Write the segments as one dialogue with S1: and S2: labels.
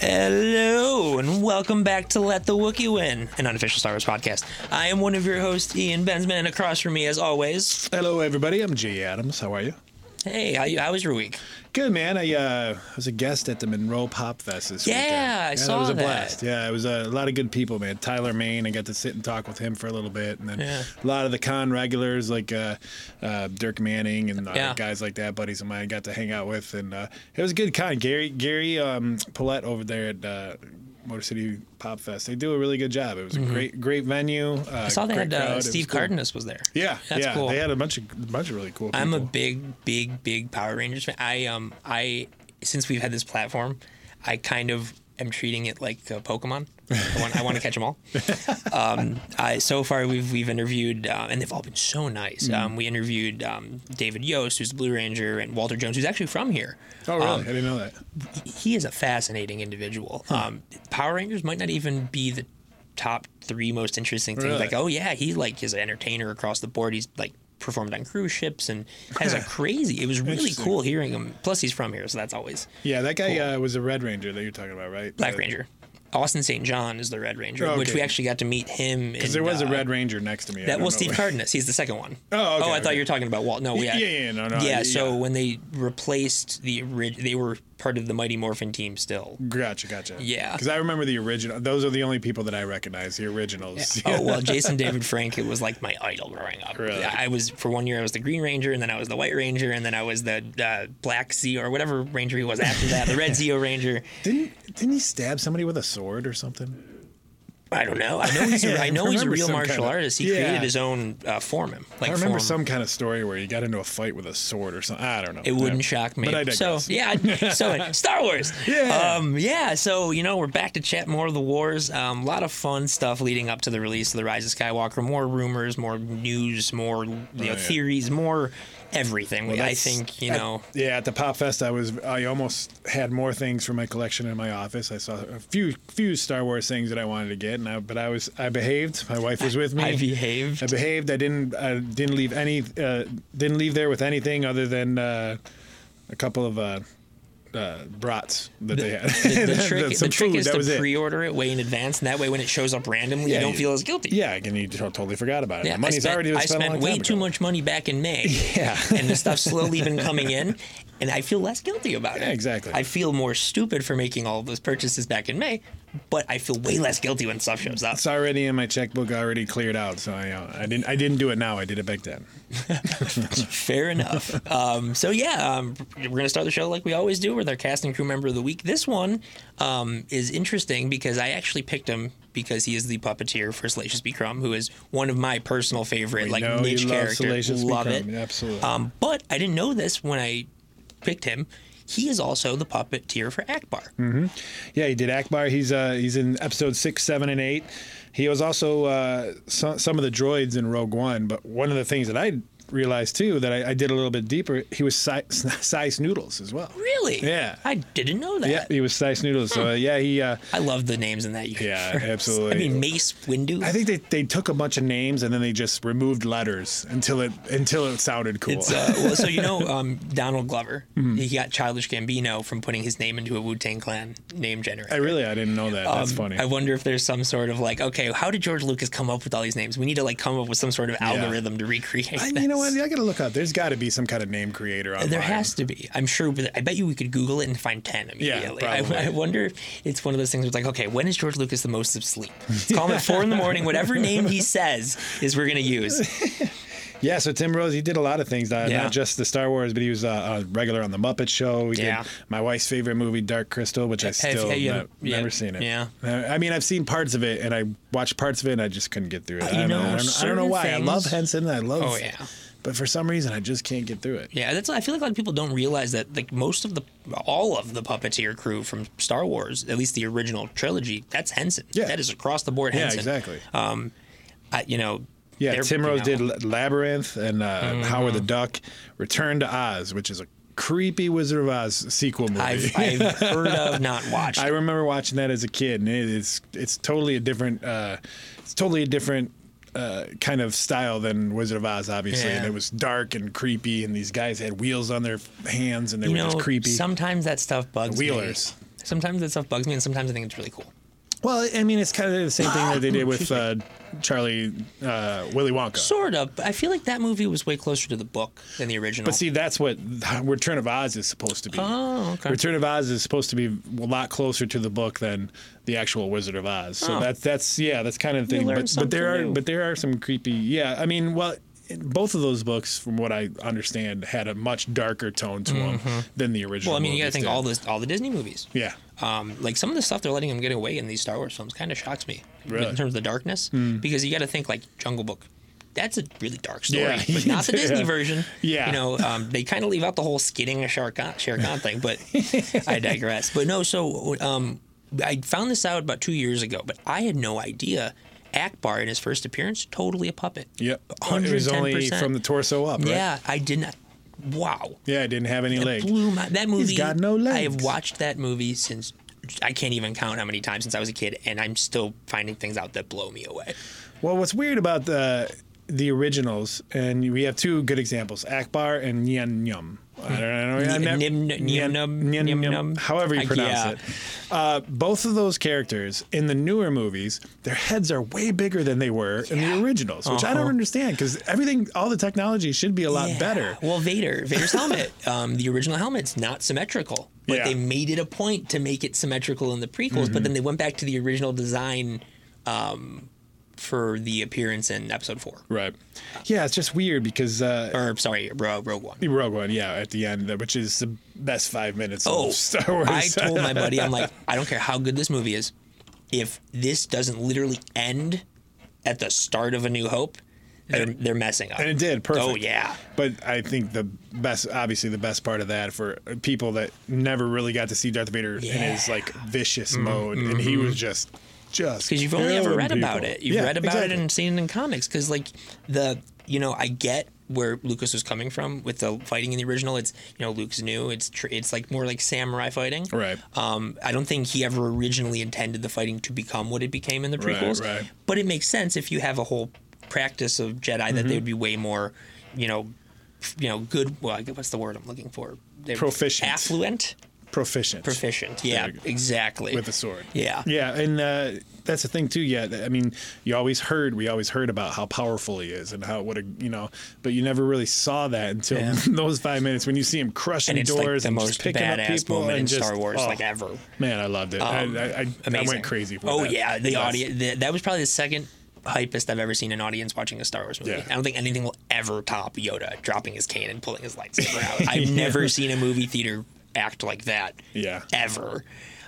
S1: Hello, and welcome back to Let the Wookiee Win, an unofficial Star Wars podcast. I am one of your hosts, Ian Bensman, and across from me, as always,
S2: Hello, everybody. I'm Jay Adams. How are you?
S1: hey, how, you, how was your week?
S2: Good, man. I uh, was a guest at the Monroe Pop Fest this
S1: Yeah,
S2: weekend.
S1: I saw
S2: It was a
S1: that.
S2: blast. Yeah, it was a lot of good people, man. Tyler Main, I got to sit and talk with him for a little bit, and then
S1: Yeah.
S2: a lot of the con regulars like uh, uh, Dirk Manning and uh,
S1: Yeah.
S2: guys like that, buddies of mine, I got to hang out with, and uh, it was a good con. Gary Gary um, Paulette over there at. Uh, Motor City Pop Fest. They do a really good job. It was a great, great venue. Uh,
S1: Mm-hmm. I saw they had uh, Steve
S2: Carden.
S1: Cardenas was there.
S2: Yeah,
S1: That's
S2: yeah,
S1: cool.
S2: they had a bunch of a bunch of really cool. People.
S1: I'm a big, big, big Power Rangers fan. I um, I since we've had this platform, I kind of am treating it like uh, Pokemon. I want, I want to catch them all. Um, I, so far, we've we've interviewed, uh, and they've all been so nice. Um, we interviewed um, David Yost, who's the Blue Ranger, and Walter Jones, who's actually from here.
S2: Oh, really?
S1: Um,
S2: I didn't know that.
S1: he is a fascinating individual.
S2: Hmm.
S1: Um, Power Rangers might not even be the top three most interesting things.
S2: Really?
S1: Like, oh yeah, he like is an entertainer across the board. He's like performed on cruise ships and has a crazy. It was really
S2: Interesting.
S1: cool hearing him. Plus, he's from here, so that's always
S2: Yeah, that guy uh, was a Red Ranger that you're talking about, right?
S1: Black
S2: Uh,
S1: Ranger. Austin St. John is the Red Ranger,
S2: Oh,
S1: which
S2: okay.
S1: we actually got to meet him. Because
S2: There was a Red Ranger next to me. I
S1: Uh, That
S2: don't
S1: well,
S2: know
S1: Steve
S2: where-
S1: Cardenas. He's the second one.
S2: Oh, okay,
S1: I thought
S2: okay.
S1: you were talking about Walt. No, yeah,
S2: yeah, yeah, no, no,
S1: yeah.
S2: yeah.
S1: So when they replaced the orig- they were part of the Mighty Morphin team still.
S2: Gotcha, gotcha.
S1: Yeah.
S2: Because I remember the original. Those are the only people that I recognize. The originals.
S1: Oh well, Jason David Frank it was like my idol growing up.
S2: Really?
S1: I was for one year I was the Green Ranger, and then I was the White Ranger, and then I was the uh, Black Zeo or whatever Ranger he was after that, the Red Zeo Ranger.
S2: Didn't didn't he stab somebody with a sword or something?
S1: I don't know. I know he's a,
S2: Yeah,
S1: I
S2: I
S1: know he's a
S2: remember
S1: real
S2: some
S1: martial
S2: kinda-
S1: artist. He
S2: Yeah.
S1: created his own uh, form. Him like
S2: I remember
S1: form.
S2: some kind of story where he got into a fight with a sword or something. I don't know.
S1: It wouldn't
S2: Yeah.
S1: shock me.
S2: But I
S1: so
S2: digress.
S1: yeah, I- so Star Wars.
S2: Yeah.
S1: Um, yeah. So you know we're back to chat more of the wars. A um, lot of fun stuff leading up to the release of the Rise of Skywalker. More rumors, more news, more you know,
S2: Oh, yeah.
S1: theories, more everything. I
S2: that's-
S1: think you
S2: at-
S1: know.
S2: yeah, at the Pop Fest, I was I almost had more things for my collection in my office. I saw a few few Star Wars things that I wanted to get, and I, but I was I behaved. My wife was with me.
S1: I behaved.
S2: I behaved. I didn't I didn't leave any uh, didn't leave there with anything other than uh, a couple of. Uh, uh, brats that they had.
S1: The,
S2: Some
S1: trick, the trick
S2: food,
S1: is
S2: that was
S1: to
S2: it.
S1: pre-order it way in advance, and that way when it shows up randomly, you
S2: Yeah,
S1: don't
S2: you-
S1: feel as guilty.
S2: Yeah, and you totally forgot about it.
S1: Yeah,
S2: the
S1: I
S2: money's
S1: spent,
S2: already been
S1: I
S2: spent a
S1: spent
S2: long
S1: way
S2: time
S1: too
S2: ago.
S1: much money back in May.
S2: Yeah.
S1: and the stuff's slowly been coming in, and I feel less guilty about it.
S2: Yeah, exactly.
S1: I feel more stupid for making all those purchases back in May, but I feel way less guilty when stuff shows up.
S2: It's already in my checkbook, already cleared out. So I, uh, I didn't I didn't do it now. I did it back then.
S1: Fair enough. Um, so yeah, um, we're gonna start the show like we always do with our cast and crew member of the week. This one um, is interesting because I actually picked him because he is the puppeteer for Salacious B. Crumb, who is one of my personal favorite like
S2: know you
S1: niche
S2: love
S1: characters.
S2: Salacious B.
S1: Love
S2: Crumb.
S1: it,
S2: Absolutely.
S1: Um, but I didn't know this when I picked him. He is also the puppeteer for Akbar.
S2: Yeah, he did Akbar. He's uh, he's in episode six, seven, and eight. He was also uh, some, some of the droids in Rogue One. But one of the things that I realized too that I, I did a little bit deeper, he was si- size noodles as well.
S1: Really?
S2: Yeah.
S1: I didn't know that.
S2: Yeah, he was size noodles. So uh, yeah, he. Uh,
S1: I love the names in that universe. I
S2: absolutely.
S1: mean, Mace Windu.
S2: I think they, they took a bunch of names and then they just removed letters until it until it sounded cool.
S1: It's uh, well, so you know um, Donald Glover.
S2: Hmm.
S1: He got Childish Gambino from putting his name into a Wu Tang Clan name generator.
S2: I really I didn't know that. That's
S1: Um,
S2: funny.
S1: I wonder if there's some sort of like, okay, how did George Lucas come up with all these names? We need to like come up with some sort of algorithm to recreate.
S2: I,
S1: this.
S2: you know what? I gotta look up. There's got to be some kind of name creator online.
S1: There has to be. I'm sure. I bet you we could Google it and find ten immediately.
S2: probably.
S1: I, I wonder if it's one of those things where it's like, okay, when is George Lucas the most asleep? Call him at four in the morning. Whatever name he says is we're gonna use.
S2: Yeah, so Tim Rose, he did a lot of things, not,
S1: Yeah.
S2: not just the Star Wars, but he was uh, a regular on the Muppet Show. He
S1: Yeah.
S2: did my wife's favorite movie, Dark Crystal, which I still
S1: have you-
S2: no-
S1: yeah,
S2: never seen it.
S1: yeah.
S2: Uh, I mean, I've seen parts of it, and I watched parts of it, and I just couldn't get through it.
S1: Uh, you
S2: I, don't
S1: know,
S2: I, don't, I don't know
S1: certain
S2: why. I love
S1: things-
S2: Henson. I love.
S1: Oh, yeah.
S2: But for some reason, I just can't get through it.
S1: Yeah, that's. I feel like a lot of people don't realize that like most of the, all of the puppeteer crew from Star Wars, at least the original trilogy, that's Henson.
S2: Yeah.
S1: that is across the board.
S2: Yeah,
S1: Henson.
S2: exactly.
S1: Um, I, you know.
S2: Yeah,
S1: they're- Mm-hmm.
S2: Tim
S1: you
S2: Rose
S1: know,
S2: did did Labyrinth and uh, Howard the Duck, Return to Oz, which is a creepy Wizard of Oz sequel movie.
S1: I've, I've heard of, not watched.
S2: I remember watching that as a kid, and it is it's totally a different uh, it's totally a different uh, kind of style than Wizard of Oz, obviously.
S1: Yeah.
S2: And it was dark and creepy, and these guys had wheels on their hands, and they
S1: you
S2: were
S1: know,
S2: just creepy.
S1: sometimes that stuff bugs me.
S2: Wheelers.
S1: sometimes that stuff bugs me, and sometimes I think it's really cool.
S2: Well, I mean, it's kind of the same thing that they did with uh, Charlie uh, Willy Wonka.
S1: Sort of. But I feel like that movie was way closer to the book than the original.
S2: But see, that's what Return of Oz is supposed to be.
S1: Oh, okay.
S2: Return of Oz is supposed to be a lot closer to the book than the actual Wizard of Oz. So
S1: Oh.
S2: that's that's yeah, that's kind of the
S1: You
S2: thing.
S1: learn
S2: But, but there are
S1: something new.
S2: but there are some creepy. Yeah, I mean, well, both of those books, from what I understand, had a much darker tone to them than the original.
S1: Mm-hmm. well, I mean, you got to
S2: movies
S1: think
S2: did.
S1: all this, all the Disney movies.
S2: Yeah.
S1: Um, like some of the stuff they're letting them get away in these Star Wars films kind of shocks me
S2: Really?
S1: in terms of the darkness because you got to think like Jungle Book. That's a really dark story,
S2: Yeah.
S1: but not the Disney
S2: Yeah.
S1: version.
S2: Yeah.
S1: you know um, they kind of leave out the whole skidding a shark on, Shere Khan thing, but I digress. But no, so um, I found this out about two years ago, but I had no idea. Akbar in his first appearance, totally a puppet.
S2: Yep. It was
S1: 110%.
S2: only from the torso up. Right?
S1: Yeah, I did not. Wow.
S2: Yeah, it didn't have any legs.
S1: Blew my, that movie.
S2: got no
S1: I have
S2: legs.
S1: watched that movie since I can't even count how many times since I was a kid, and I'm still finding things out that blow me away.
S2: Well, what's weird about the the originals, and we have two good examples: Akbar and Nyan Nyum. I don't know.
S1: Nyan-
S2: I
S1: Nim-
S2: nev-
S1: Nyan-
S2: Nyan-
S1: Nyan-
S2: Nyan-
S1: Nyan-
S2: However
S1: I-
S2: you pronounce
S1: yeah.
S2: it. Uh, both of those characters in the newer movies, their heads are way bigger than they were in
S1: Yeah.
S2: the originals, which I don't
S1: Uh-huh.
S2: understand because everything, all the technology should be a lot
S1: Yeah.
S2: Uh, better.
S1: Well, Vader, Vader's helmet, um, the original helmet's not symmetrical, but
S2: Yeah. Mm-hmm.
S1: they made it a point to make it symmetrical in the prequels. But then they went back to the original design um, for the appearance in Episode Four,
S2: Right. Yeah, it's just weird because uh,
S1: or sorry, Ro- Rogue One.
S2: Rogue One, yeah, at the end, which is the best five minutes
S1: Oh,
S2: of Star Wars.
S1: I told my buddy, I'm like, I don't care how good this movie is, if this doesn't literally end at the start of A New Hope, they're, they're messing up.
S2: And it did perfect.
S1: Oh yeah.
S2: But I think the best, obviously, the best part of that for people that never really got to see Darth Vader in his
S1: Yeah.
S2: like vicious mode, and he was just, just
S1: because you've only ever
S2: killing
S1: read about
S2: people.
S1: it. You've
S2: Yeah,
S1: read about
S2: exactly.
S1: it and seen it in comics. Because like the you know I get where Lucas was coming from with the fighting in the original. It's you know Luke's new. It's tr- it's like more like samurai fighting.
S2: Right.
S1: Um, I don't think he ever originally intended the fighting to become what it became in the
S2: Right,
S1: prequels.
S2: right.
S1: But it makes sense if you have a whole practice of Jedi that
S2: Mm-hmm.
S1: they would be way more, you know, f- you know, good. Well, I guess what's the word I'm looking for? They're
S2: Proficient.
S1: affluent,
S2: proficient,
S1: proficient. Yeah,
S2: you go.
S1: exactly.
S2: with a sword.
S1: Yeah.
S2: Yeah, and uh, that's the thing too. Yeah, I mean, you always heard we always heard about how powerful he is and how what a you know, but you never really saw that until
S1: Yeah.
S2: those five minutes when you see him crushing
S1: and it's like
S2: doors
S1: the
S2: and
S1: most
S2: just picking up
S1: badass
S2: people
S1: moment
S2: and
S1: in
S2: just,
S1: Star Wars
S2: oh,
S1: like ever.
S2: Man, I loved it. I, I, I, I
S1: Amazing.
S2: went crazy. For
S1: oh
S2: that.
S1: yeah, the
S2: Yes.
S1: audience. The, that was probably the second hypest I've ever seen an audience watching a Star Wars movie.
S2: Yeah.
S1: I don't think anything will ever top Yoda dropping his cane and pulling his lightsaber out. I've never seen a movie theater act like that.
S2: Yeah.
S1: Ever.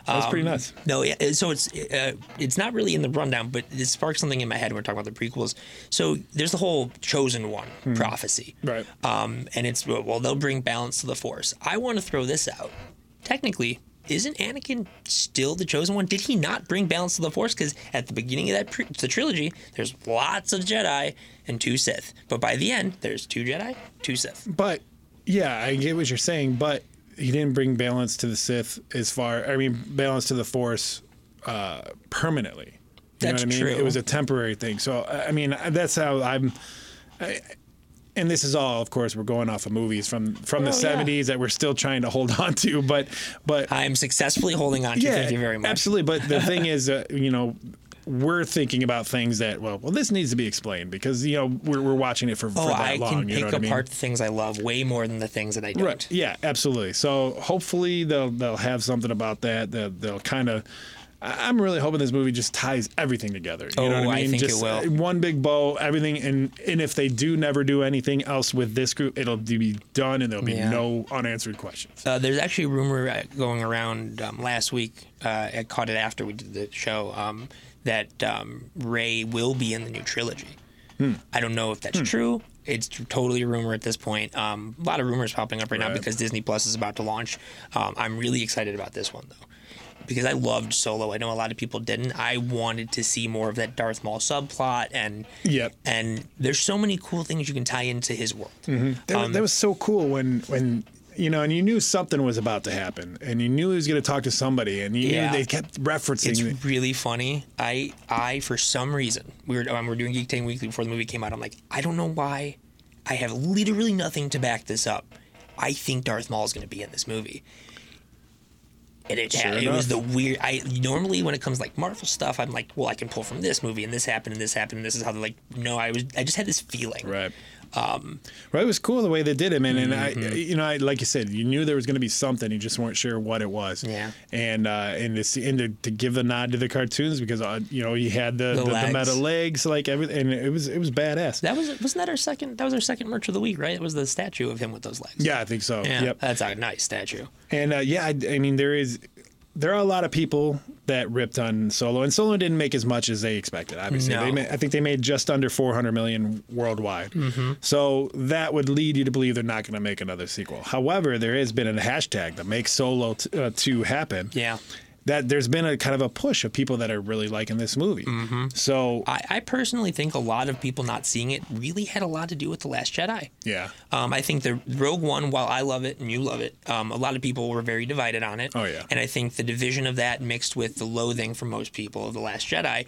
S2: That's
S1: Um,
S2: pretty nuts.
S1: No, yeah. uh, So it's uh, it's not really in the rundown, but it sparked something in my head when we're talking about the prequels. So there's the whole chosen one prophecy,
S2: Hmm. Right.
S1: Um, and it's well, they'll bring balance to the force. I want to throw this out. Technically, isn't Anakin still the chosen one? Did he not bring balance to the force? Because at the beginning of that pre- the trilogy, there's lots of Jedi and two Sith, but by the end, there's two Jedi, two Sith.
S2: But yeah, I get what you're saying, but he didn't bring balance to the Sith as far I mean balance to the Force uh, permanently. You
S1: That's
S2: know what I mean?
S1: true.
S2: It was a temporary thing. So I I mean that's how I'm I- and this is all, of course, we're going off of movies from from the
S1: Well, yeah.
S2: '70s that we're still trying to hold on to, but but
S1: I am successfully holding on to.
S2: yeah,
S1: thank you very much.
S2: Absolutely, but the thing is, uh, you know, we're thinking about things that well, well, this needs to be explained because you know we're, we're watching it for, for
S1: Oh,
S2: that
S1: I
S2: long.
S1: can
S2: you
S1: pick
S2: know what I
S1: apart
S2: mean?
S1: the things I love way more than the things that I don't.
S2: Right. Yeah, absolutely. So hopefully they'll they'll have something about that. They'll, they'll kind of. I'm really hoping this movie just ties everything together. You know
S1: Oh,
S2: what I
S1: I
S2: mean?
S1: think it
S2: just
S1: will.
S2: uh, one big bow, everything, and and if they do never do anything else with this group, it'll be done, and there'll be
S1: Yeah.
S2: no unanswered questions.
S1: Uh, there's actually a rumor uh, going around um, last week. Uh, I caught it after we did the show um, that um, Ray will be in the new trilogy.
S2: Hmm.
S1: I don't know if that's true. It's t- totally a rumor at this point. Um, a lot of rumors popping up right, now
S2: Right.
S1: because Disney Plus is about to launch. Um, I'm really excited about this one though. Because I loved Solo, I know a lot of people didn't. I wanted to see more of that Darth Maul subplot, and
S2: Yep. Hmm.
S1: and there's so many cool things you can tie into his world.
S2: That,
S1: Um,
S2: that was so cool when when you know, and you knew something was about to happen, and you knew he was going to talk to somebody, and you
S1: Yeah.
S2: knew they kept referencing.
S1: It's
S2: it.
S1: really funny. I I for some reason we were um, we're doing Geek Tank Weekly before the movie came out. I'm like I don't know why. I have literally nothing to back this up. I think Darth Maul is going to be in this movie. And it,
S2: Sure
S1: it was
S2: enough.
S1: the weird. I normally when it comes to, like Marvel stuff, I'm like, well, I can pull from this movie and this happened and this happened. and This is how they're like. No, I was. I just had this feeling.
S2: Right. Um, well, it was cool the way they did it, man. And I, you know, I, like you said, you knew there was going to be something, you just weren't sure what it was.
S1: Yeah.
S2: And uh, and to see, and to, to give the nod to the cartoons because uh, you know he had the the, the,
S1: legs.
S2: metal legs, like everything, and it was it was badass.
S1: That was wasn't that our second? That was our second merch of the week, right? It was the statue of him with those legs.
S2: yeah, I think so.
S1: Yeah,
S2: Yep.
S1: that's a nice statue.
S2: And uh, yeah, I, I mean, there is there are a lot of people that ripped on Solo, and Solo didn't make as much as they expected. Obviously,
S1: No.
S2: they ma- I think they made just under 400 million worldwide.
S1: Mm-hmm.
S2: So that would lead you to believe they're not going to make another sequel. However, there has been a hashtag that makes Solo t- uh, two happen.
S1: Yeah.
S2: That there's been a kind of a push of people that are really liking this movie. So
S1: Mm-hmm. I, I personally think a lot of people not seeing it really had a lot to do with the Last Jedi.
S2: yeah,
S1: Um, I think the Rogue One, while I love it and you love it, um, a lot of people were very divided on it.
S2: Oh, yeah.
S1: And I think the division of that mixed with the loathing from most people of The Last Jedi,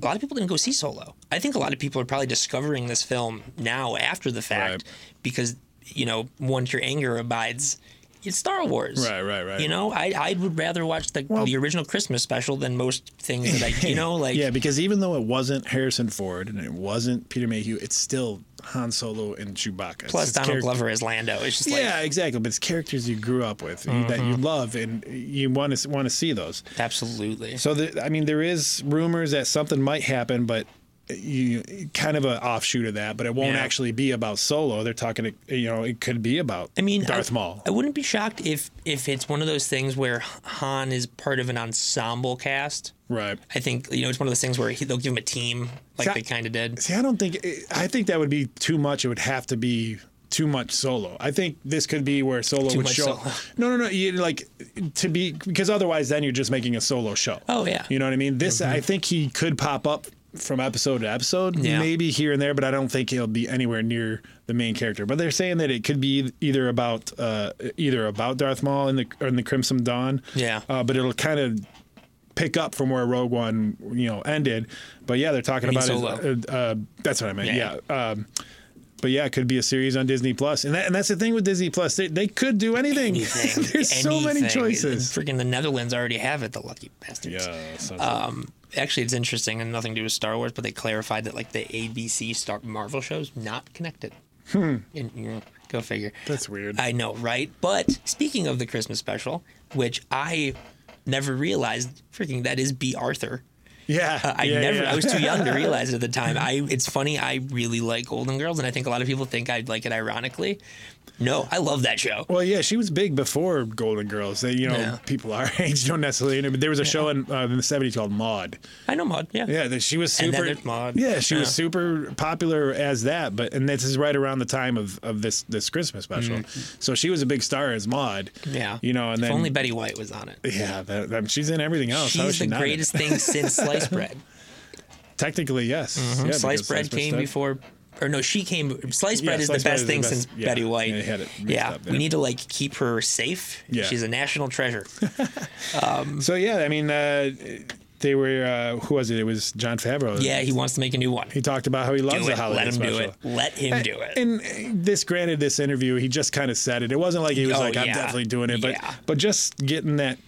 S1: a lot of people didn't go see Solo. I think a lot of people are probably discovering this film now after the fact
S2: Right.
S1: because, you know, once your anger abides, it's Star Wars.
S2: Right, right, right.
S1: You know, I, I would rather watch the, the original Christmas special than most things that I, you know, like.
S2: yeah, because even though it wasn't Harrison Ford and it wasn't Peter Mayhew, it's still Han Solo and Chewbacca.
S1: Plus,
S2: It's- it's
S1: Donald
S2: character-
S1: Glover as Lando. It's just like
S2: yeah, exactly. But it's characters you grew up with you- that
S1: Mm-hmm.
S2: you love, and you want to want to see those.
S1: absolutely.
S2: So, the, I mean, there is rumors that something might happen, but you kind of an offshoot of that. But it won't
S1: Yeah.
S2: actually be about Solo. They're talking, to, you know, it could be about.
S1: I mean,
S2: Darth
S1: I,
S2: Maul.
S1: I wouldn't be shocked if if it's one of those things where Han is part of an ensemble cast.
S2: right.
S1: I think you know it's one of those things where he, they'll give him a team, like
S2: See,
S1: they kind of did.
S2: See, I don't think I think that would be too much. It would have to be too much solo. I think this could be where solo would
S1: much
S2: show.
S1: solo.
S2: No, no, no. You, like to be because otherwise, then you're just making a solo show.
S1: Oh, yeah. Mm-hmm.
S2: You know what I mean? This I think he could pop up from episode to episode,
S1: Yeah.
S2: maybe here and there, but I don't think he'll be anywhere near the main character. But they're saying that it could be either about uh, either about Darth Maul in the or in the Crimson Dawn.
S1: Yeah.
S2: Uh, but it'll kind of pick up from where Rogue One, you know, ended. But yeah, they're talking
S1: You mean
S2: about his, uh, uh, that's what I meant.
S1: Yeah.
S2: Yeah. Um, but yeah, it could be a series on Disney Plus, and that, and that's the thing with Disney Plus, they, they could do anything.
S1: Anything,
S2: There's so many
S1: anything.
S2: choices.
S1: Freaking the Netherlands already have it. The lucky bastards.
S2: Yeah, so-
S1: Um, actually, it's interesting and nothing to do with Star Wars, but they clarified that like the ABC Star Marvel shows not connected. And, yeah, go figure.
S2: Hmm. that's weird.
S1: I know, right? But speaking of the Christmas special, which I never realized, freaking, that is B. Arthur.
S2: yeah,
S1: I
S2: yeah,
S1: never,
S2: yeah.
S1: I was too young to realize it at the time. I, it's funny, I really like Golden Girls, and I think a lot of people think I'd like it ironically. No, I love that show.
S2: Well, yeah, she was big before Golden Girls. They, you know,
S1: Yeah.
S2: people our age don't necessarily. know, But there was a show in, uh, in the '70s called Maud.
S1: I know Maud, yeah.
S2: Yeah, that she was
S1: And
S2: super.
S1: then there's Maude.
S2: Yeah, she
S1: Yeah.
S2: was super popular as that. But and this is right around the time of, of this this Christmas special. So she was a big star as Maud.
S1: Mm-hmm. Yeah.
S2: you know, and
S1: If
S2: then
S1: only Betty White was on it.
S2: yeah, that, that- she's in everything else. How
S1: She's
S2: is she
S1: the
S2: not in it?
S1: greatest thing since sliced bread.
S2: Technically, yes. Yeah,
S1: Mm-hmm. sliced
S2: because
S1: bread
S2: bread's
S1: came
S2: done.
S1: before, or no, she came. Sliced
S2: Yeah,
S1: bread is
S2: sliced
S1: the
S2: bread
S1: best
S2: is the
S1: thing
S2: best-
S1: since
S2: yeah,
S1: Betty White.
S2: they had it mixed
S1: yeah,
S2: up
S1: we
S2: there.
S1: need to like keep her safe.
S2: Yeah.
S1: she's a national treasure.
S2: So yeah, I mean, uh, they were uh, who was it? It was John Favreau.
S1: yeah, he wants to make a new one.
S2: he talked about how he loves
S1: do
S2: the
S1: it.
S2: holiday
S1: Let him
S2: special.
S1: do it. Let him do it.
S2: And this, granted, this interview, he just kind of said it. It wasn't like he was
S1: Oh,
S2: like, "I'm
S1: yeah.
S2: definitely doing it," but
S1: Yeah.
S2: but just getting that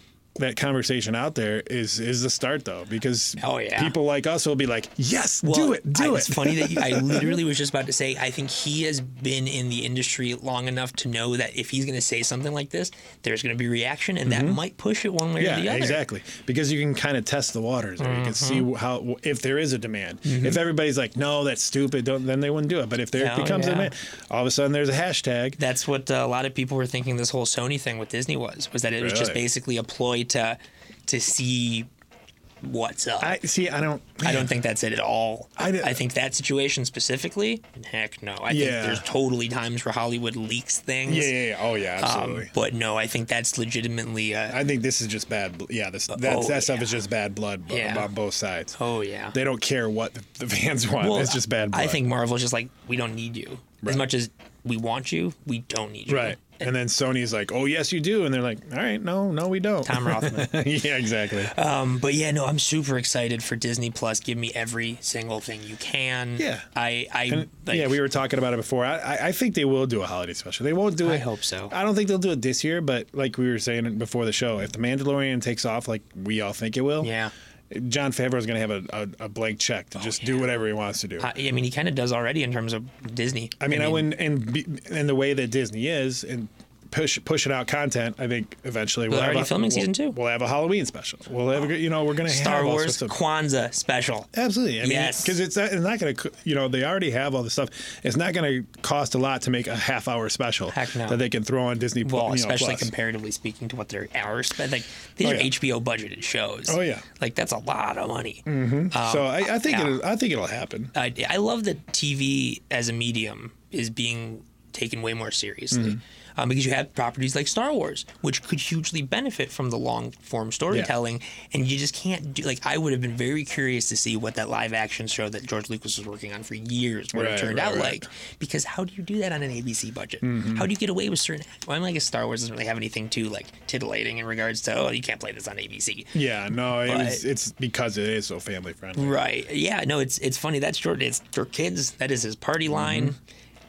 S2: that conversation out there is is the start though, because
S1: Oh, yeah.
S2: people like us will be like, "Yes,
S1: Well,
S2: do it, do
S1: I-
S2: it."
S1: It's funny that you, I literally was just about to say. I think he has been in the industry long enough to know that if he's going to say something like this, there's going to be reaction, and that might push it one way or the
S2: Mm-hmm. Yeah,
S1: other. Mm-hmm.
S2: exactly. Because you can kind of test the waters, or you can see how if there is a demand. If everybody's like, "No, that's stupid," don't, then they wouldn't do it. But if there
S1: Oh,
S2: becomes
S1: yeah.
S2: a demand, all of a sudden there's a hashtag.
S1: That's what uh, a lot of people were thinking. This whole Sony thing with Disney was was that it was just
S2: Really?
S1: basically a ploy to to see what's up.
S2: I
S1: I,
S2: see. I don't.
S1: don't think that's it at all. I,
S2: I d-
S1: think that situation specifically, heck no. I
S2: Yeah.
S1: think there's totally times where Hollywood leaks things.
S2: Yeah, yeah, yeah. Oh, yeah.
S1: Um,
S2: Absolutely.
S1: but no, I I think that's legitimately. Uh,
S2: I think this is just bad. bl- Yeah, this that,
S1: oh,
S2: that stuff is
S1: yeah.
S2: just bad blood b-
S1: Yeah.
S2: on both sides.
S1: oh yeah.
S2: They don't care what the- the fans want. it's just bad blood.
S1: I think Marvel's just like, we don't need you. As
S2: Right.
S1: much as we want you, we don't need you.
S2: Right. and then Sony's like, "Oh yes, you do," and they're like, "All right, no, no, we don't."
S1: Tom Rothman.
S2: yeah, exactly.
S1: Um, but yeah, no, I'm super excited for Disney Plus. Give me every single thing you can.
S2: Yeah.
S1: I, I,
S2: And,
S1: like,
S2: yeah, we were talking about it before. I, I, I think they will do a holiday special. They won't do it.
S1: I hope so.
S2: I don't think they'll do it this year, but like we were saying before the show, if the Mandalorian takes off like we all think it will,
S1: Yeah.
S2: John Favreau is going to have a, a, a blank check to just do whatever he wants to do.
S1: I, I mean, he kind of does already in terms of Disney.
S2: I mean, I, wouldn't, and be, and the way that Disney is and push pushing out content, I think eventually we'll
S1: They're
S2: have
S1: already
S2: a,
S1: filming
S2: we'll-
S1: season two.
S2: We'll have a Halloween special. We'll have, a, you know, we're going to
S1: Star
S2: have all
S1: Wars
S2: sorts of-
S1: Kwanzaa special.
S2: Absolutely. I mean,
S1: Yes.
S2: Because it's not, it's not going to, you know, they already have all the stuff. It's not going to cost a lot to make a half hour special
S1: Heck no.
S2: that they can throw on Disney Pl-
S1: Well,
S2: you know,
S1: especially
S2: Plus.
S1: comparatively speaking to what their hours spend. Like these
S2: Oh,
S1: are
S2: yeah.
S1: HBO budgeted shows.
S2: Oh, yeah. Mm-hmm.
S1: Like that's a lot of money.
S2: so I, I think
S1: um, yeah.
S2: it'll, I think it'll happen.
S1: I, I love that TV as a medium is being taken way more seriously
S2: Mm-hmm.
S1: um, because you have properties like Star Wars, which could hugely benefit from the long form storytelling, and you just can't do. Like, I would have been very curious to see what that live action show that George Lucas was working on for years, what
S2: Right,
S1: it turned
S2: right,
S1: out
S2: right. Mm-hmm.
S1: like. Because how do you do that on an ABC budget? How do you get away with certain? Well, I mean, I guess Star Wars doesn't really have anything too like titillating in regards to oh, you can't play this on ABC.
S2: Yeah. No, it
S1: But-
S2: was, it's because it is so family friendly.
S1: Right. Yeah. No. It's it's funny. That's Jordan. It's for kids. That is his party line.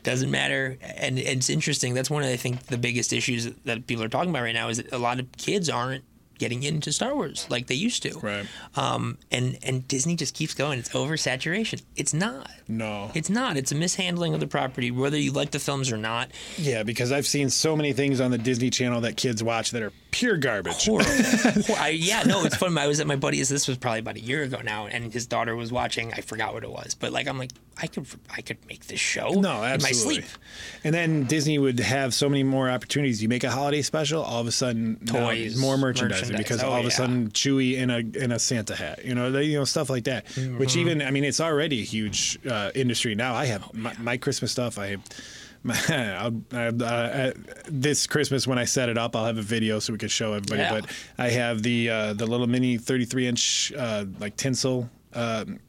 S1: Doesn't matter. And it's interesting. That's one of I think the biggest issues that people are talking about right now is that a lot of kids aren't getting into Star Wars like they used to.
S2: Right.
S1: Um. And and Disney just keeps going. It's oversaturation. It's not.
S2: No.
S1: It's not. It's a mishandling of the property, whether you like the films or not.
S2: yeah, because I've seen so many things on the Disney Channel that kids watch that are pure garbage.
S1: horrible. Hor- I, yeah, no, it's fun. I was at my buddy's. This was probably about a year ago now, and his daughter was watching. I forgot what it was, but like I'm like I could I could make this show.
S2: No, absolutely.
S1: In my sleep.
S2: And then Disney would have so many more opportunities. You make a holiday special, all of a sudden now
S1: Toys,
S2: it's more merchandising
S1: merchandise.
S2: because
S1: Oh,
S2: all of a
S1: yeah.
S2: sudden Chewie in a in a Santa hat, you know, they, you know stuff like that.
S1: Mm-hmm.
S2: Which even I mean, it's already a huge uh, industry now. I have my, my Christmas stuff. I. My, I'll, I, uh, this Christmas when I set it up, I'll have a video so we can show everybody.
S1: Yeah.
S2: But I have the uh, the little mini 33 inch uh, like tinsel um,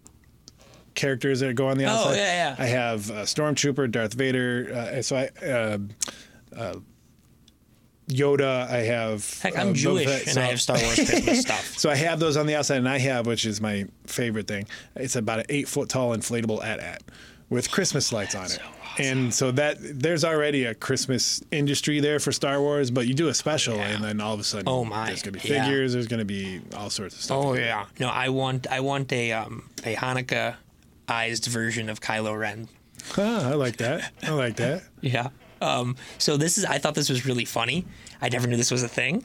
S2: characters that go on the outside.
S1: Oh, yeah, yeah.
S2: I have uh, Stormtrooper, Darth Vader. Uh, and so I, uh, uh, Yoda. I have.
S1: Heck,
S2: uh,
S1: I'm
S2: Boba
S1: Jewish
S2: Fett,
S1: and
S2: so-
S1: I have Star Wars Christmas stuff.
S2: So I have those on the outside, and I have, which is my favorite thing. It's about an eight foot tall inflatable at at with Christmas lights on it. And so that there's already a Christmas industry there for Star Wars, but you do a special, and then all of a sudden,
S1: Oh, my.
S2: there's gonna be
S1: Yeah.
S2: figures, there's gonna be all sorts of stuff.
S1: Oh yeah. No, I want I want a um a Hanukkah ized version of Kylo Ren.
S2: Ah, I like that. I like that.
S1: Yeah. Um, so this is I thought this was really funny. I never knew this was a thing.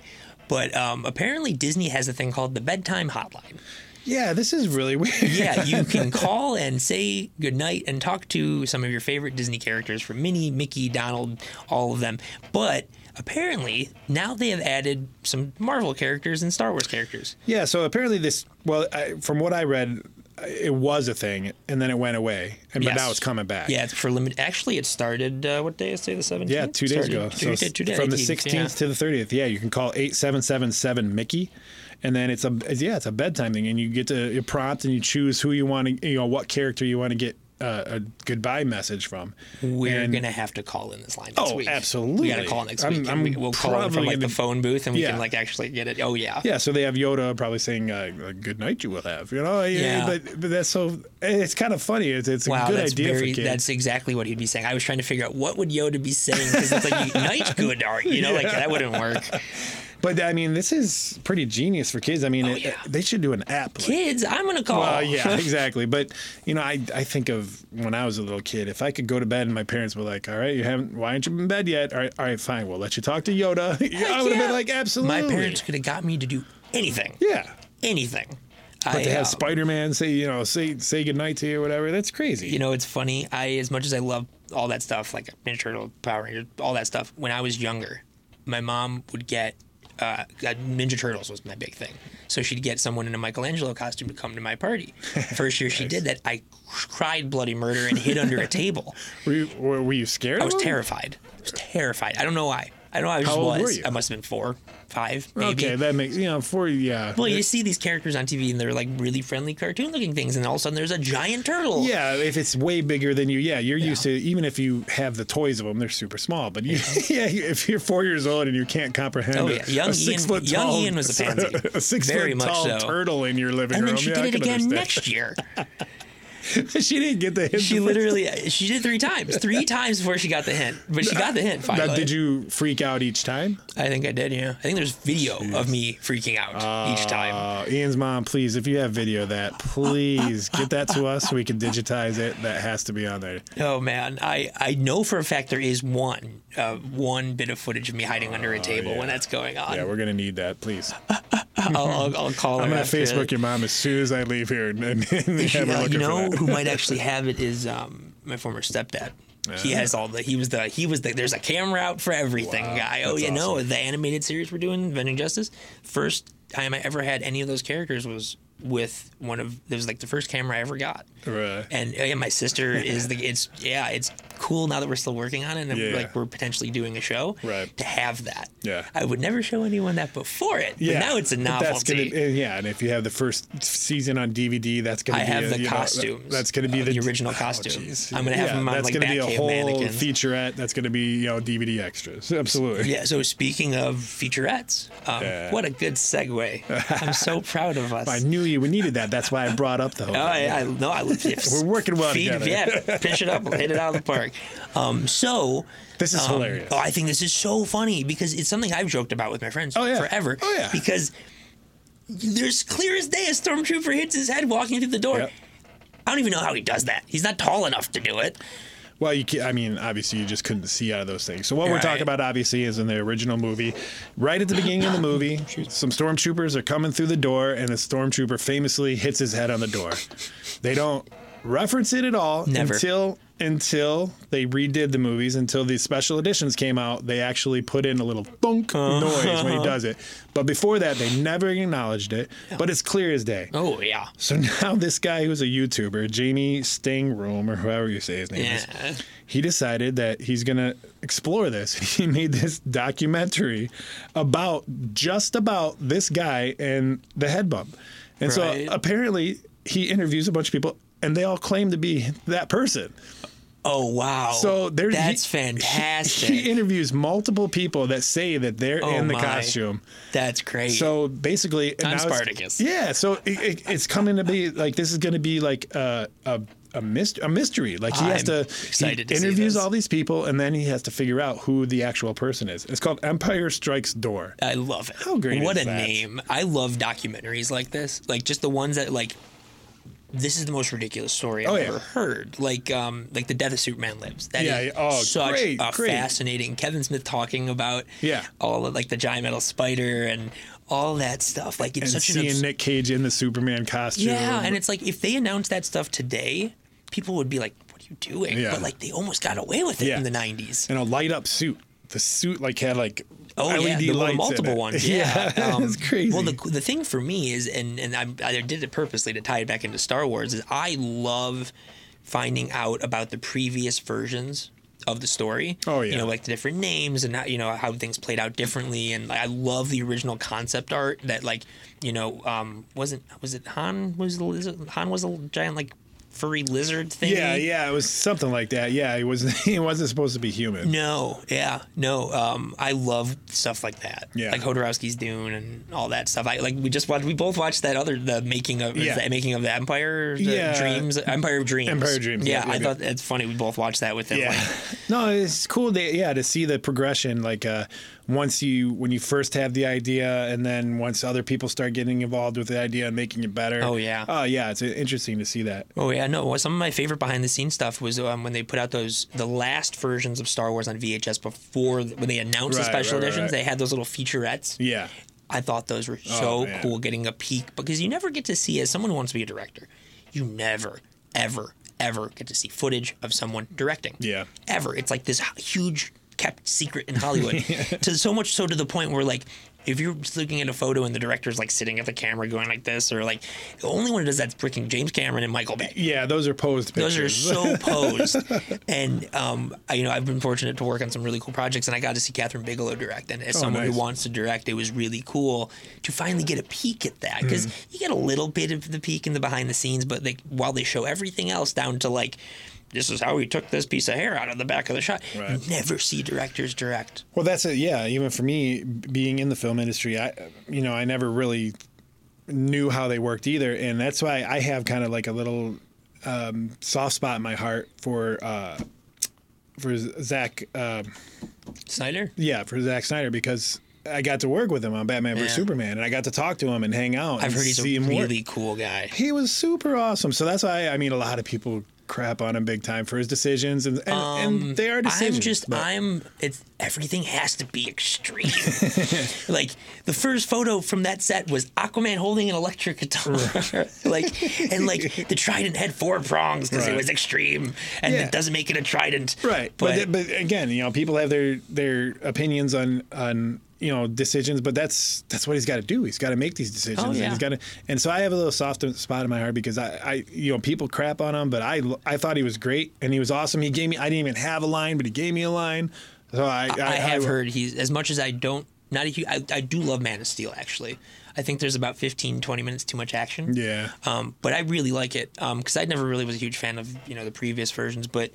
S1: But um, apparently Disney has a thing called the bedtime hotline.
S2: Yeah, this is really weird.
S1: yeah, you can call and say goodnight and talk to some of your favorite Disney characters from Minnie, Mickey, Donald, all of them. But apparently, now they have added some Marvel characters and Star Wars characters.
S2: Yeah. So apparently, this well, I, from what I read, it was a thing, and then it went away, and
S1: Yes.
S2: but now it's coming back.
S1: Yeah, it's for limit. Actually, it started, uh, what day is today? The 17th?
S2: Yeah, two days
S1: Started
S2: ago.
S1: Two,
S2: so
S1: two, two days,
S2: from the
S1: 18th,
S2: 16th
S1: yeah.
S2: to the 30th. Yeah, you can call 8777 Mickey, and then it's a it's- yeah, it's a bedtime thing, and you get to you prompt and you choose who you want to you know what character you want to get uh, a goodbye message from.
S1: We're
S2: And-
S1: going to have to call in this line next
S2: Oh,
S1: week.
S2: absolutely.
S1: we got to call next
S2: I'm-
S1: week. and
S2: I'm
S1: we, we'll call in from
S2: probably
S1: like the
S2: gonna-
S1: phone booth and we
S2: Yeah.
S1: can like actually get it. Oh, yeah.
S2: Yeah, so they have Yoda probably saying uh, "Good night, you will have," you know.
S1: Yeah.
S2: But, but that's so. It's kind of funny. It's, it's a
S1: Wow,
S2: good
S1: that's
S2: idea
S1: very.
S2: for kids.
S1: That's exactly what he'd be saying. I was trying to figure out what would Yoda be saying because it's like night good art, you know, like that wouldn't work.
S2: But I mean, this is pretty genius for kids. I mean, it,
S1: Oh, yeah.
S2: they should do an app. like-
S1: Kids, I'm gonna call.
S2: Well, yeah, exactly. But you know, I I think of when I was a little kid. If I could go to bed and my parents were like, "All right, you haven't. Why aren't you in bed yet? All right, all right, fine. We'll let you talk to Yoda." I would have
S1: yeah.
S2: been like, "Absolutely."
S1: My parents could have got me to do anything,
S2: Yeah,
S1: anything.
S2: but
S1: I,
S2: they have
S1: uh,
S2: Spider Man say you know say say goodnight to you or whatever. That's crazy.
S1: you know, it's funny. I, as much as I love all that stuff, like Ninja Turtle, Power Rangers, all that stuff. When I was younger, my mom would get uh, uh, Ninja Turtles was my big thing. So she'd get someone in a Michelangelo costume to come to my party. First year she did that, I cried bloody murder and hid under a table.
S2: were, you, were, were you scared?
S1: I was terrified. I was terrified. I don't know why. I know I just
S2: How old
S1: was.
S2: were you?
S1: I must have been four, five, maybe.
S2: Okay, that makes you know for yeah.
S1: well, you see these characters on TV and they're like really friendly cartoon looking things, and all of a sudden there's a giant turtle.
S2: yeah, if it's way bigger than you, yeah, you're used to even if you have the toys of them, they're super small. But you, yeah, you- if you're four years old and you can't comprehend,
S1: Oh,
S2: a-
S1: yeah. Young
S2: a six
S1: Ian-
S2: foot
S1: young
S2: tall,
S1: Ian was a pansy.
S2: a six
S1: Very
S2: foot
S1: much
S2: tall
S1: so.
S2: turtle in your living
S1: And
S2: room,
S1: then she
S2: yeah, I
S1: did it
S2: can
S1: again
S2: understand.
S1: next year.
S2: she didn't get the hint.
S1: She
S2: the first
S1: literally she did three times, three times before she got the hint. But she got the hint
S2: time.
S1: finally.
S2: Now, did you freak out each time?
S1: I think I did. Yeah, I think there's video of me freaking out each time.
S2: Uh, Ian's mom, please, if you have video of that, please get that to us so we can digitize it. That has to be on there.
S1: Oh man, I I know for a fact there is one uh, one bit of footage of me hiding under a table when
S2: Oh, yeah.
S1: that's going on.
S2: Yeah, we're gonna need that, please.
S1: I'll, I'll, I'll call her.
S2: I'm gonna
S1: after
S2: Facebook
S1: that.
S2: your mom as soon as I leave here and, and, and have her
S1: Uh,
S2: looking
S1: you know
S2: for that.
S1: who might actually have it is um, my former stepdad. He has all the. He was the. He was the. There's a camera out for everything,
S2: Wow,
S1: guy. Oh,
S2: that's
S1: you know the animated series we're doing, Avenging Justice. First time I ever had any of those characters was with one of. It was like the first camera I ever got.
S2: Right.
S1: And, and my sister is the. It's yeah. It's cool now that we're still working on it and
S2: Yeah.
S1: like we're potentially doing a show.
S2: Right.
S1: To have that.
S2: Yeah.
S1: I would never show anyone that before it. But now it's a
S2: but
S1: novelty.
S2: That's gonna, uh, yeah, and if you have the first season on DVD, that's gonna
S1: I
S2: be
S1: have
S2: a,
S1: the
S2: you know, that-
S1: costumes
S2: that's gonna be
S1: of
S2: the,
S1: the original
S2: oh,
S1: costumes.
S2: jeez.
S1: I'm gonna have
S2: yeah,
S1: them on,
S2: That's
S1: like,
S2: gonna be a
S1: Batcave
S2: whole
S1: mannequins.
S2: featurette. That's gonna be you know DVD extras. Absolutely.
S1: Yeah. So speaking of featurettes, um,
S2: Yeah.
S1: what a good segue. I'm so proud of us.
S2: I knew you needed that. That's why I brought up the whole.
S1: Oh,
S2: thing.
S1: I, I no, I love this.
S2: We're working well
S1: Feed,
S2: together.
S1: Yeah, pitch it up, hit it out of the park. Um, so
S2: This is
S1: um,
S2: hilarious.
S1: Oh, I think this is so funny because it's something I've joked about with my friends
S2: Oh, yeah.
S1: forever.
S2: Oh, yeah.
S1: Because there's clear as day a stormtrooper hits his head walking through the door.
S2: Yep.
S1: I don't even know how he does that. He's not tall enough to do it.
S2: Well, you can, I mean, obviously, you just couldn't see out of those things. So what we're
S1: Right.
S2: talking about, obviously, is in the original movie. Right at the beginning of the movie, some stormtroopers are coming through the door, and the stormtrooper famously hits his head on the door. They don't reference it at all
S1: Never.
S2: until until they redid the movies until the special editions came out they actually put in a little thunk
S1: Uh-huh.
S2: noise when he does it but before that they never acknowledged it but it's clear as day
S1: Oh yeah.
S2: so now this guy who's a YouTuber, Jamie Stingroom or whoever you say his name
S1: Yeah.
S2: is, he decided that he's gonna explore this. He made this documentary about just about this guy and the head bump. And
S1: Right.
S2: so apparently he interviews a bunch of people and they all claim to be that person.
S1: Oh wow.
S2: So there, he-
S1: that's
S2: he-
S1: fantastic.
S2: He, interviews multiple people that say that they're
S1: Oh,
S2: in the
S1: my.
S2: costume.
S1: That's great.
S2: So basically, and
S1: I'm
S2: now it's-
S1: Spartacus.
S2: Yeah, so it, it, it's coming to be like this is going to be like a a a, myst- a mystery. Like he has
S1: I'm
S2: to,
S1: excited
S2: he
S1: to see
S2: interviews
S1: this.
S2: all these people, and then he has to figure out who the actual person is. It's called Empire Strikes Door.
S1: I love it.
S2: How great
S1: What
S2: is
S1: a
S2: that?
S1: name. I love documentaries like this. Like just the ones that like this is the most ridiculous story I've
S2: Oh, yeah.
S1: ever heard. Like um like the death of Superman lives. That is
S2: Yeah, yeah. Oh,
S1: such
S2: great,
S1: a
S2: great.
S1: fascinating Kevin Smith talking about
S2: Yeah.
S1: all of like the giant metal spider and all that stuff. Like it's
S2: And
S1: such an
S2: seeing
S1: obs-
S2: Nick Cage in the Superman costume.
S1: Yeah, and it's like if they announced that stuff today, people would be like, What are you doing?
S2: Yeah.
S1: But like they almost got away with it
S2: Yeah.
S1: in the nineties.
S2: and a light up suit. The suit like had like
S1: Oh
S2: LED
S1: yeah, the
S2: E lights in
S1: multiple
S2: it.
S1: ones.
S2: Yeah,
S1: Yeah, um,
S2: it's crazy.
S1: Well, the the thing for me is, and and I'm, I did it purposely to tie it back into Star Wars. Is I love finding out about the previous versions of the story.
S2: Oh, yeah.
S1: you know, like the different names and how, you know how things played out differently. And like, I love the original concept art that like you know um wasn't was it Han was the lizard, Han was a giant like furry lizard thing.
S2: yeah, yeah, it was something like that. Yeah, he was he wasn't supposed to be human.
S1: No, yeah, no. Um, I love stuff like that.
S2: Yeah.
S1: like Hodorowski's Dune and all that stuff. I like we just watched. We both watched that other the making of
S2: Yeah.
S1: the making of the Empire. The
S2: Yeah.
S1: dreams. Empire of Dreams.
S2: Empire of Dreams,
S1: Yeah,
S2: yeah,
S1: I
S2: yeah,
S1: thought that's funny. We both watched that with them.
S2: Yeah.
S1: Like,
S2: No, it's cool. That, yeah, to see the progression. Like uh, once you when you first have the idea, and then once other people start getting involved with the idea and making it better.
S1: Oh, yeah.
S2: Oh yeah, it's uh, interesting to see that.
S1: oh yeah, no. well, Some of my favorite behind the scenes stuff was um, when they put out those the last versions of Star Wars on VHS before when they announced the
S2: Right,
S1: special
S2: right, right,
S1: editions.
S2: right.
S1: They had those little featurettes.
S2: Yeah.
S1: I thought those were so
S2: Oh, man.
S1: cool getting a peek because you never get to see as someone who wants to be a director, you never, ever, ever get to see footage of someone directing.
S2: Yeah.
S1: Ever. It's like this h- huge kept secret in Hollywood. to so much so to the point where like If you're just looking at a photo and the director's like sitting at the camera going like this, or like the only one who does that's freaking James Cameron and Michael Bay.
S2: Yeah, those are posed pictures.
S1: Those are so posed. And um, I, you know, I've been fortunate to work on some really cool projects, and I got to see Catherine Bigelow direct. And as someone
S2: Oh, nice.
S1: who wants to direct, it was really cool to finally get a peek at that because
S2: Mm.
S1: you get a little bit of the peek in the behind the scenes, but they, while they show everything else down to like. This is how we took this piece of hair out of the back of the shot.
S2: Right.
S1: You never see directors direct.
S2: Well, that's it. Yeah, even for me, b- being in the film industry, I, you know, I never really knew how they worked either, and that's why I have kind of like a little um, soft spot in my heart for uh, for Zach. Uh,
S1: Snyder?
S2: yeah, for Zack Snyder because I got to work with him on Batman vs
S1: Yeah.
S2: Superman, and I got to talk to him and hang out.
S1: I've
S2: and
S1: heard he's a
S2: see him work.
S1: really cool guy.
S2: He was super awesome. So that's why I mean, a lot of people crap on him big time for his decisions, and and, and they are
S1: Um,
S2: decisions.
S1: I'm just
S2: but-
S1: I'm it's everything has to be extreme. like the first photo from that set was Aquaman holding an electric guitar. like and like the trident had four prongs because
S2: Right.
S1: it was extreme and
S2: Yeah.
S1: it doesn't make it a trident.
S2: right but
S1: But,
S2: th- but again you know people have their their opinions on on you know decisions but that's that's what he's got to do he's got to make these decisions
S1: Oh,
S2: and
S1: yeah.
S2: he's got to and so i have a little soft spot in my heart because i i you know people crap on him but i lo- i thought he was great and he was awesome he gave me i didn't even have a line but he gave me a line so i i,
S1: I have
S2: I-
S1: heard he's as much as I don't not a huge I, I do love Man of Steel actually. I think there's about 15 20 minutes too much action.
S2: yeah
S1: Um, but I really like it because I never really was a huge fan of you know the previous versions. But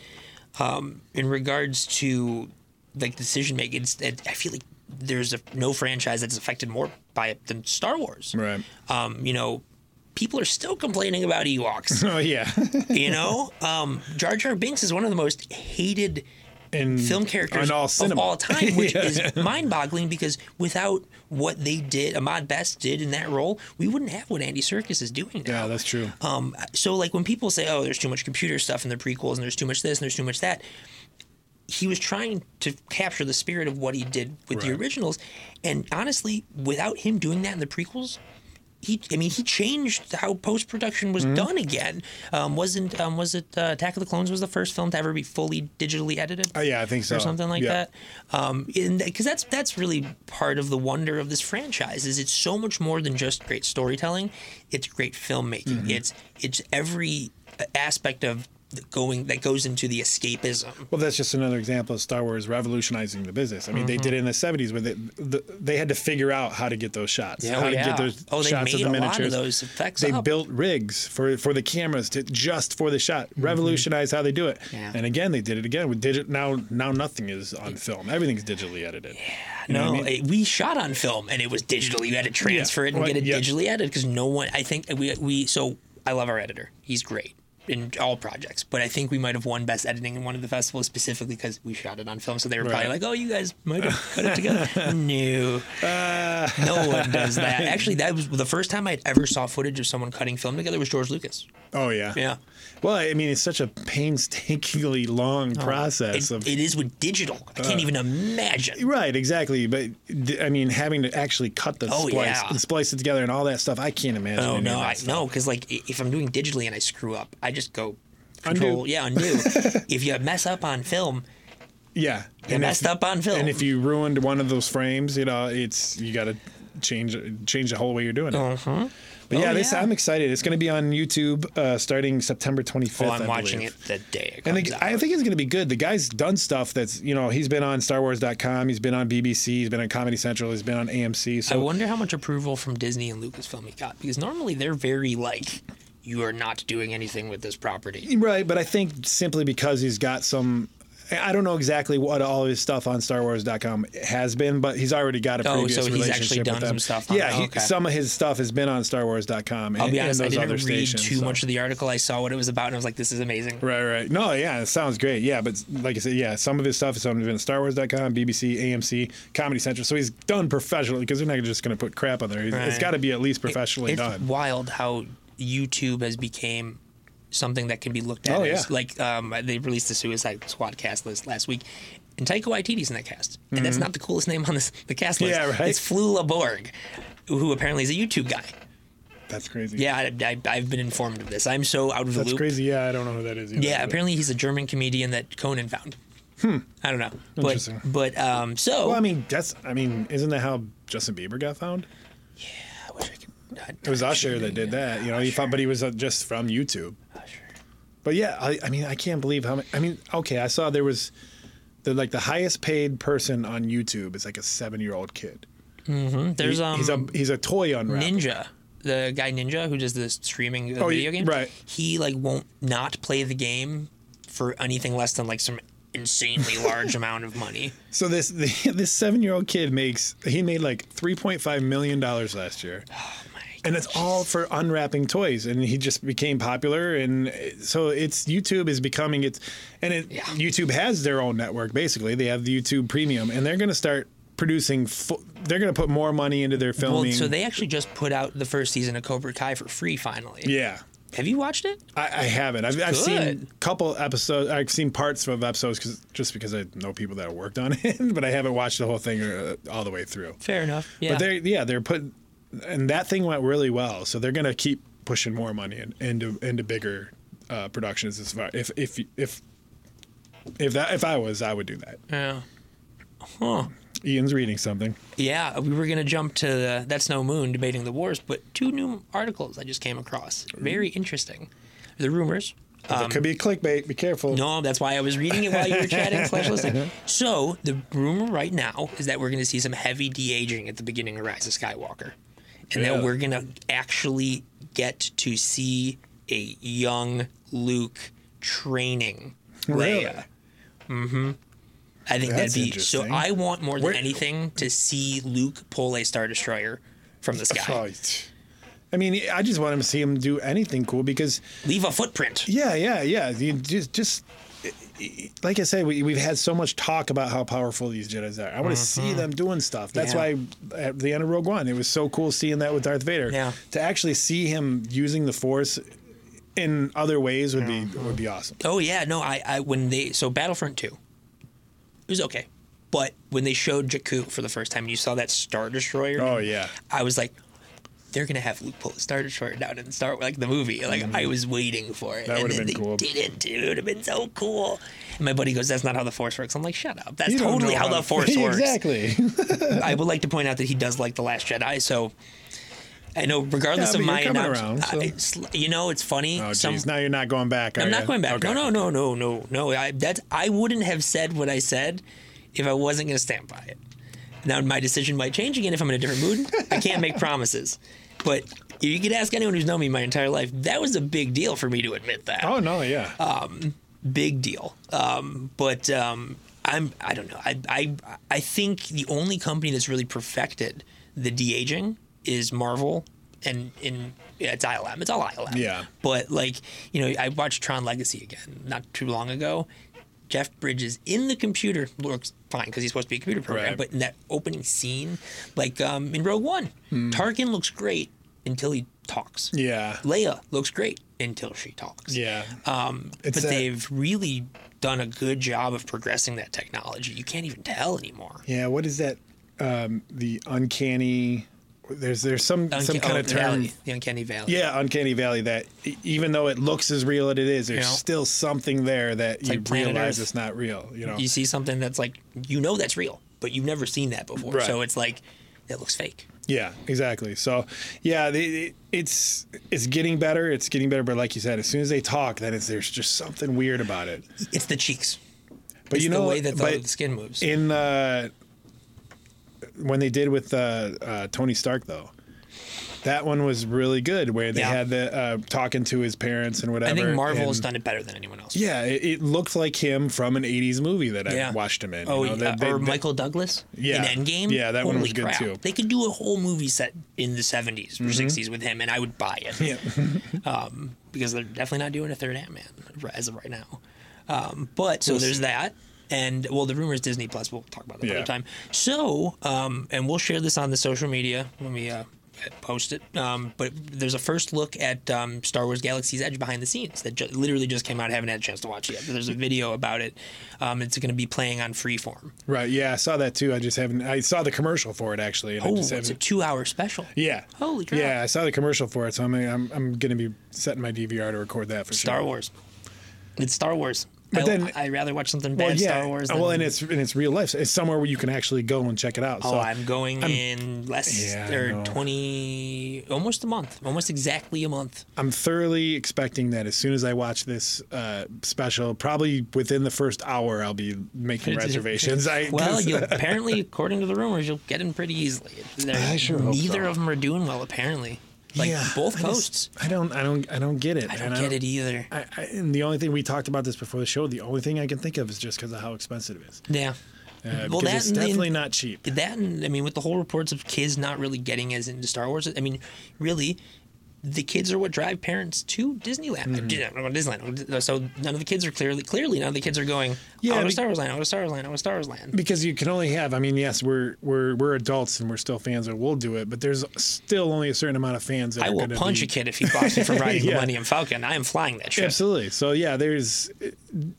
S1: um, in regards to like decision making, it's, it, I feel like there's a, no franchise that's affected more by it than Star Wars.
S2: right
S1: Um, you know, people are still complaining about Ewoks.
S2: oh yeah
S1: you know, um, Jar Jar Binks is one of the most hated
S2: and
S1: film characters
S2: on all
S1: of
S2: cinema
S1: all time, which is mind-boggling because without what they did, Ahmad Best did in that role, we wouldn't have what Andy Serkis is doing now.
S2: yeah that's true
S1: Um, so like when people say, "Oh, there's too much computer stuff in the prequels, and there's too much this, and there's too much that," he was trying to capture the spirit of what he did with the
S2: Right.
S1: originals, and honestly, without him doing that in the prequels. He, I mean, he changed how post production
S2: Mm-hmm.
S1: was done again. Um, wasn't um, was it uh, Attack of the Clones was the first film to ever be fully digitally edited?
S2: oh yeah i think so
S1: Uh, or something like
S2: Yeah.
S1: that. Um, because that's that's really part of the wonder of this franchise is it's so much more than just great storytelling. It's great filmmaking.
S2: Mm-hmm.
S1: It's it's every uh, aspect of the going that goes into the escapism.
S2: Well, that's just another example of Star Wars revolutionizing the business. I mean,
S1: Mm-hmm.
S2: they did it in the '70s when they the, they had to figure out how to get those shots,
S1: Yeah,
S2: how
S1: oh,
S2: to
S1: yeah.
S2: get those
S1: Oh, they
S2: shots of
S1: made a
S2: the
S1: lot of
S2: miniatures.
S1: those effects
S2: they
S1: up.
S2: built rigs for for the cameras to just for the shot, revolutionize how they do it.
S1: Mm-hmm. Yeah.
S2: And again, they did it again with digit. Now, now nothing is on film. Everything's digitally edited. You know
S1: No,
S2: what I mean?
S1: it- we shot on film and it was digitally. You had to transfer it and
S2: Well,
S1: get it
S2: yeah.
S1: digitally edited because no one. I think we we so I love our editor. He's great in all projects, but I think we might have won best editing in one of the festivals specifically because we shot it on film. So they were probably like,
S2: Right.
S1: "Oh, you guys might have put it together." no, no one does that. Actually, that was the first time I ever saw footage of someone cutting film together was George Lucas.
S2: oh yeah,
S1: Yeah.
S2: Well, I mean, it's such a painstakingly long process
S1: Oh, It,
S2: of
S1: it is with digital. I
S2: Uh.
S1: can't even imagine.
S2: Right, exactly. But d- I mean, having to actually cut the
S1: Oh,
S2: splice
S1: yeah.
S2: and splice it together and all that stuff, I can't imagine.
S1: Oh
S2: any
S1: no,
S2: of that
S1: I
S2: stuff.
S1: no, because like i- if I'm doing digitally and I screw up, I just go
S2: Undo.
S1: control. Yeah, undo. if you mess up on film,
S2: Yeah,
S1: you
S2: and
S1: messed
S2: if,
S1: up on film.
S2: and if you ruined one of those frames, you know, it's you got to change change the whole way you're doing it. But
S1: Oh,
S2: yeah, this
S1: yeah.
S2: I'm excited. It's going to be on YouTube uh, starting September 25th.
S1: well, Oh, I'm
S2: I
S1: watching
S2: believe.
S1: it the day. It
S2: And
S1: comes
S2: the,
S1: out.
S2: I think it's going to be good. The guy's done stuff that's, you know, he's been on StarWars.com, he's been on BBC, he's been on Comedy Central, he's been on AMC.
S1: I
S2: So
S1: wonder how much approval from Disney and Lucasfilm he got because normally they're very like, you are not doing anything with this property.
S2: Right, but I think simply because he's got some. I don't know exactly what all his stuff on StarWars.com has been, but he's already got a
S1: Oh,
S2: previous
S1: so he's
S2: relationship
S1: actually
S2: with
S1: done
S2: them.
S1: some stuff on-
S2: yeah, he,
S1: okay.
S2: some of his stuff has been on StarWars.com and,
S1: I'll be honest, I
S2: and those
S1: didn't
S2: other
S1: read
S2: stations.
S1: too
S2: so-
S1: much of the article. I saw what it was about and I was like, this is amazing.
S2: Right, right. No, yeah, it sounds great. Yeah, but like I said, yeah, some of his stuff is on StarWars.com, BBC, AMC, Comedy Central. So he's done professionally because they're not just going to put crap on there. He's- It's
S1: Right.
S2: got to be at least professionally
S1: it's
S2: done.
S1: wild how YouTube has became something that can be looked at.
S2: Oh,
S1: as,
S2: yeah.
S1: Like um, they released the Suicide Squad cast list last week. And Taika Waititi's in that cast, and that's not the coolest name on this, the cast list.
S2: Mm-hmm. Yeah, right.
S1: It's Flew LaBorg, who apparently is a YouTube guy.
S2: That's crazy.
S1: Yeah, I, I, I've been informed of this. I'm so out of the
S2: that's
S1: loop.
S2: crazy. Yeah, I don't know who that is. Either,
S1: Yeah,
S2: but-
S1: apparently he's a German comedian that Conan found. I don't know.
S2: Hmm. Interesting.
S1: But but um, so
S2: Well, I mean, that's. I mean, isn't that how Justin Bieber got found?
S1: I wish I could- God,
S2: It was Usher that did that. You know, he found, but he was uh, just from YouTube.
S1: Usher.
S2: But yeah, I, I mean, I can't believe how many. I mean, okay, I saw there was the like the highest paid person on YouTube is like a seven year old kid.
S1: There's um
S2: he's a he's a toy unwrapper.
S1: Ninja, the guy Ninja who does the streaming of
S2: Oh,
S1: video
S2: yeah,
S1: games.
S2: right.
S1: He like won't not play the game for anything less than like some insanely large amount of money. Oh
S2: So this this seven year old kid makes he made like three point five million dollars last year,
S1: My
S2: and it's all for unwrapping toys. And he just became popular, and uh, so it's YouTube is becoming its, and it, YouTube has their own network basically. They have the YouTube Premium, and they're going to start producing. Full, they're going to put more money into their
S1: Well,
S2: filming.
S1: so they actually just put out the first season of Cobra Kai for free finally.
S2: yeah.
S1: Have you watched it?
S2: I, I haven't. I've, I've seen a
S1: good.
S2: couple episodes. I've seen parts of episodes 'cause- just because I know people that have worked on it, but I haven't watched the whole thing uh, all the way through.
S1: Fair enough. Yeah.
S2: But they yeah, they're put and that thing went really well. So they're gonna keep pushing more money in, into into bigger uh, productions as far if if if if that if I was I would do that.
S1: yeah. Huh.
S2: Ian's reading something.
S1: Yeah, we were gonna jump to the That's No Moon debating the wars, but two new articles I just came across. Very interesting. The rumors.
S2: it could be clickbait. Be careful.
S1: No, that's why I was reading it while you were chatting slash listening. So the rumor right now is that we're going to see some heavy de aging at the beginning of Rise of Skywalker, and
S2: Yeah.
S1: that we're going to actually get to see a young Luke training Leia.
S2: Really?
S1: I think that'd
S2: That's
S1: be so.
S2: interesting.
S1: I want more than
S2: Where-
S1: anything to see Luke pull a star destroyer from the sky,
S2: Oh, t- I mean, I just want him to see him do anything cool because
S1: leave a footprint.
S2: Yeah, yeah, yeah. You just, just like I said, we, we've had so much talk about how powerful these Jedi's are. I want to see them doing stuff. That's
S1: Mm-hmm. Yeah.
S2: why at the end of Rogue One, it was so cool seeing that with Darth Vader.
S1: Yeah.
S2: To actually see him using the Force in other ways would be would be awesome.
S1: Oh yeah, no, I, I when they so Battlefront two, it was okay, but when they showed Jakku for the first time, and you saw that Star Destroyer.
S2: Oh yeah.
S1: I was like, they're gonna have Luke pull the Star Destroyer down and start like the movie. Like I was waiting for it,
S2: Mm-hmm. That
S1: and
S2: would've
S1: then
S2: been
S1: they
S2: cool.
S1: did it, dude. It'd have been so cool. And my buddy goes, "That's not how the Force works." I'm like, "Shut up! That's
S2: You don't
S1: totally
S2: know
S1: how the Force works."
S2: Exactly.
S1: I would like to point out that he does like The Last Jedi, so I know regardless
S2: Yeah, but
S1: of
S2: you're
S1: my
S2: coming
S1: announce-
S2: around, so-
S1: I- it's- you know, it's funny.
S2: oh
S1: Some-
S2: jeez. Now you're not going back.
S1: I'm not going back. No, no, no, no, no, no. I that's I wouldn't have said what I said if I wasn't going to stand by it. Now my decision might change again if I'm in a different mood. I can't make promises, but if you could ask anyone who's known me my entire life, that was a big deal for me to admit that.
S2: Oh no. Yeah.
S1: Uh, Big deal. Um, but um, I'm I don't know. I I I think the only company that's really perfected the de aging is Marvel. And in yeah, it's ILM, it's all ILM.
S2: Yeah.
S1: But like, you know, I watched Tron Legacy again not too long ago. Jeff Bridges in the computer looks fine because he's supposed to be a computer program.
S2: Right.
S1: But in that opening scene, like um, in Rogue One, Tarkin looks great until he talks.
S2: Hmm. yeah.
S1: Leia looks great until she talks.
S2: Yeah.
S1: Um, but
S2: It's that-
S1: they've really done a good job of progressing that technology. You can't even tell anymore.
S2: Yeah, what is that? Um, the uncanny. There's there's some some
S1: Unca-
S2: kind
S1: oh,
S2: of
S1: the
S2: term.
S1: Valley, the uncanny valley.
S2: Yeah, uncanny valley. That e- even though it looks as real as it is, there's
S1: Yeah.
S2: still something there that you
S1: like planet
S2: realize
S1: Earth.
S2: it's not real. You know.
S1: You see something that's like you know that's real, but you've never seen that before.
S2: Right.
S1: So it's like that looks fake.
S2: Yeah, exactly. So, yeah, the, it, it's it's getting better. It's getting better, but like you said, as soon as they talk, then it's, there's just something weird about it.
S1: It's the cheeks.
S2: But
S1: It's
S2: you know
S1: the way
S2: what?
S1: that the,
S2: But-
S1: the skin moves.
S2: in uh, when they did with uh, uh, Tony Stark though. That one was really good, where they
S1: Yeah.
S2: had the uh, talking to his parents and whatever.
S1: I think Marvel's
S2: and-
S1: done it better than anyone else.
S2: Yeah, it, it looked like him from an '80s movie that I
S1: Yeah.
S2: watched him in.
S1: Oh,
S2: you know,
S1: yeah,
S2: that- they-
S1: or
S2: they-
S1: Michael Douglas
S2: Yeah.
S1: in Endgame.
S2: Yeah, that one
S1: Holy
S2: was good,
S1: crap.
S2: too. Mm-hmm.
S1: They could do a whole movie set in the '70s or '60s with him, and I would buy it. Um,
S2: Yeah.
S1: because they're definitely not doing a third Ant Man as of right now. Um, but so there's that, and well, the rumor is Disney Plus. We'll talk about that
S2: Yeah.
S1: another time. So, um, and we'll share this on the social media when we uh, post it. Um, but there's a first look at um, Star Wars Galaxy's Edge behind the scenes that ju- literally just came out. I haven't had a chance to watch it yet. But there's a video about it. Um, it's going to be playing on Freeform.
S2: right. Yeah, I saw that too. I just haven't. I saw the commercial for it actually. And I
S1: Oh,
S2: just
S1: it's a
S2: haven't,
S1: two-hour special.
S2: yeah.
S1: Holy crap.
S2: Yeah, I saw the commercial for it, so I'm I'm, I'm gonna be setting my DVR to record that for
S1: Star
S2: sure.
S1: Wars. It's Star Wars.
S2: But
S1: I,
S2: then-
S1: I'd rather watch something bad
S2: Well, yeah.
S1: Star Wars. Than,
S2: well, and it's and it's real life. So It's somewhere where you can actually go and check it out.
S1: oh,
S2: so
S1: I'm going in less
S2: Yeah, I know.
S1: or twenty, almost a month, almost exactly a month.
S2: I'm thoroughly expecting that as soon as I watch this uh, special, probably within the first hour, I'll be making reservations. I,
S1: Well,
S2: 'cause-
S1: you apparently, according to the rumors, you'll get in pretty easily. They're-
S2: I sure hope
S1: neither
S2: so.
S1: of them are doing well, apparently. Like
S2: Yeah,
S1: both
S2: I just-
S1: coasts.
S2: I don't, I don't, I don't get it.
S1: I don't get it e- either.
S2: I, I, and the only thing we talked about this before the show, the only thing I can think of is just because of how expensive it is.
S1: Yeah.
S2: Uh,
S1: Well,
S2: because
S1: that
S2: it's
S1: and the-
S2: definitely not cheap.
S1: That and I mean, with the whole reports of kids not really getting as into Star Wars, I mean, really, the kids are what drive parents to Disneyland.
S2: Mm-hmm.
S1: uh, Disneyland. So none of the kids are clearly, clearly, none of the kids are going. I
S2: Yeah,
S1: want
S2: be-
S1: to Star Wars Land. I want to Star Wars Land. I want to Star Wars Land.
S2: Because you can only have, I mean, yes, we're we're we're adults and we're still fans, and we'll do it. But there's still only a certain amount of fans. That
S1: I
S2: are
S1: will
S2: gonna
S1: punch
S2: be-
S1: a kid if he blocks me from riding
S2: Yeah.
S1: the Millennium Falcon. I am flying that ship.
S2: Absolutely. So yeah, there's, uh,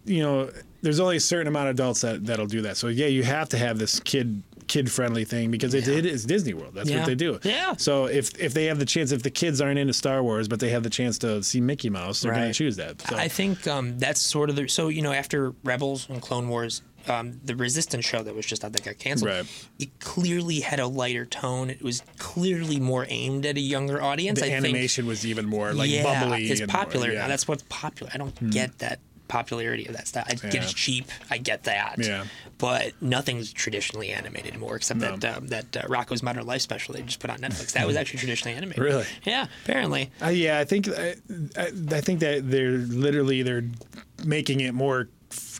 S2: you know, there's only a certain amount of adults that that'll do that. So yeah, you have to have this kid kid friendly thing because it, it is Disney World. That's
S1: Yeah.
S2: what they do.
S1: Yeah.
S2: So if if they have the chance, if the kids aren't into Star Wars, but they have the chance to see Mickey Mouse, they're going
S1: Right.
S2: to choose that. So.
S1: I think um, that's sort of the so you know after Rebels and Clone Wars, um, the Resistance show that was just out that got canceled,
S2: Right.
S1: it clearly had a lighter tone. It was clearly more aimed at a younger audience.
S2: the
S1: I
S2: animation was even more like
S1: think yeah,
S2: bubbly.
S1: it's
S2: and more-
S1: popular.
S2: yeah. Hmm.
S1: Now that's what's popular. I don't get that popularity of that stuff. I
S2: Yeah.
S1: get it's cheap. I get that.
S2: Yeah.
S1: But nothing's traditionally animated anymore, except that um, that uh, Rocco's Modern Life special they just put on Netflix. That was actually traditionally animated.
S2: Really?
S1: Yeah. Apparently.
S2: Uh, yeah, I think I, I I think that they're literally they're making it more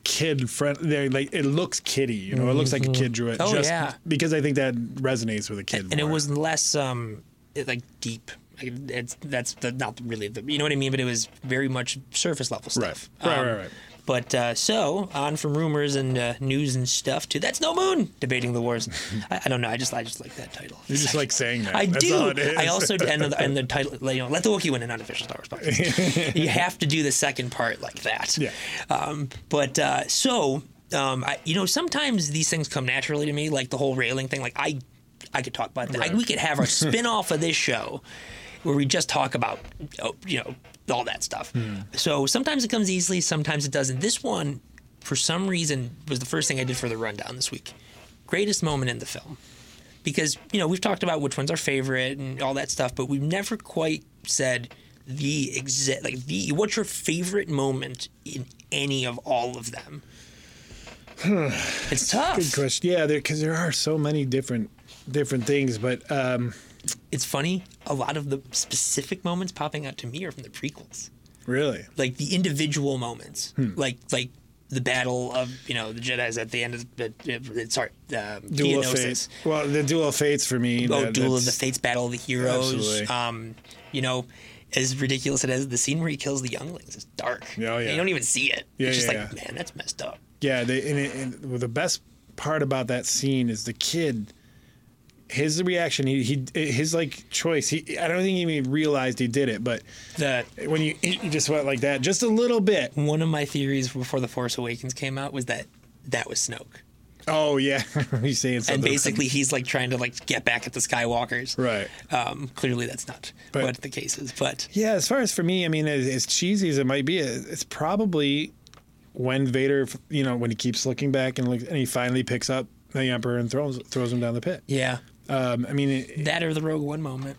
S2: kid friend. They're like it looks kiddie, you know. It looks like a kid drew it.
S1: Oh, yeah.
S2: Because I think that resonates with a kid.
S1: and it
S2: more.
S1: was less um it, like deep like it's that's the, not really the you know what i mean but it was very much surface level stuff
S2: Right. Right,
S1: Um,
S2: right, right.
S1: but uh, so on from rumors and uh, news and stuff to that's no moon debating the wars I, I don't know i just i just like that title
S2: You just like saying that.
S1: I
S2: That's
S1: do.
S2: all it is.
S1: I also and the, and the title, like, you know, let the Wookiee win an unofficial Star Wars podcast. you have to do the second part like that.
S2: Yeah.
S1: Um, but uh, so um, I, you know, sometimes these things come naturally to me, like the whole railing thing. Like I, I could talk about that.
S2: Right.
S1: we could have our spin off of this show where we just talk about, oh, you know, all that stuff.
S2: Hmm.
S1: So sometimes it comes easily, sometimes it doesn't. This one, for some reason, was the first thing I did for the rundown this week. Greatest moment in the film because you know we've talked about which one's our favorite and all that stuff, but we've never quite said the exact like the what's your favorite moment in any of all of them. it's tough.
S2: Good question. Yeah, because there are so many different different things, but um,
S1: It's funny. A lot of the specific moments popping out to me are from the prequels,
S2: really,
S1: like the individual moments,
S2: Hmm.
S1: like like. The battle of you know the Jedi's at the end of the uh, sorry um,
S2: dual of
S1: Geonosis.
S2: fates. Well, the dual of fates for me.
S1: Oh,
S2: that-
S1: Duel of the
S2: that's-
S1: Fates, Battle of the Heroes.
S2: Absolutely.
S1: Um, you know, as ridiculous it is, the scene where he kills the younglings is dark.
S2: Oh, yeah.
S1: You don't even see it.
S2: Yeah,
S1: it's just
S2: yeah,
S1: like, man, that's messed up.
S2: Yeah, they, and, it, and well, the best part about that scene is the kid. His reaction, he, he his like choice. He I don't think he even realized he did it, but
S1: The
S2: when you you just went like that, just a little bit.
S1: one of my theories before the Force Awakens came out was that that was Snoke,
S2: Oh yeah, he's saying something.
S1: and basically he's like trying to like get back at the Skywalkers.
S2: right.
S1: Um, clearly, that's not
S2: But-
S1: what the case is. But
S2: Yeah, as far as for me, I mean, as, as cheesy as it might be, it's probably when Vader, you know, when he keeps looking back and look, and he finally picks up the Emperor and throws throws him down the pit.
S1: yeah,
S2: Um, I mean, it,
S1: that or the Rogue One moment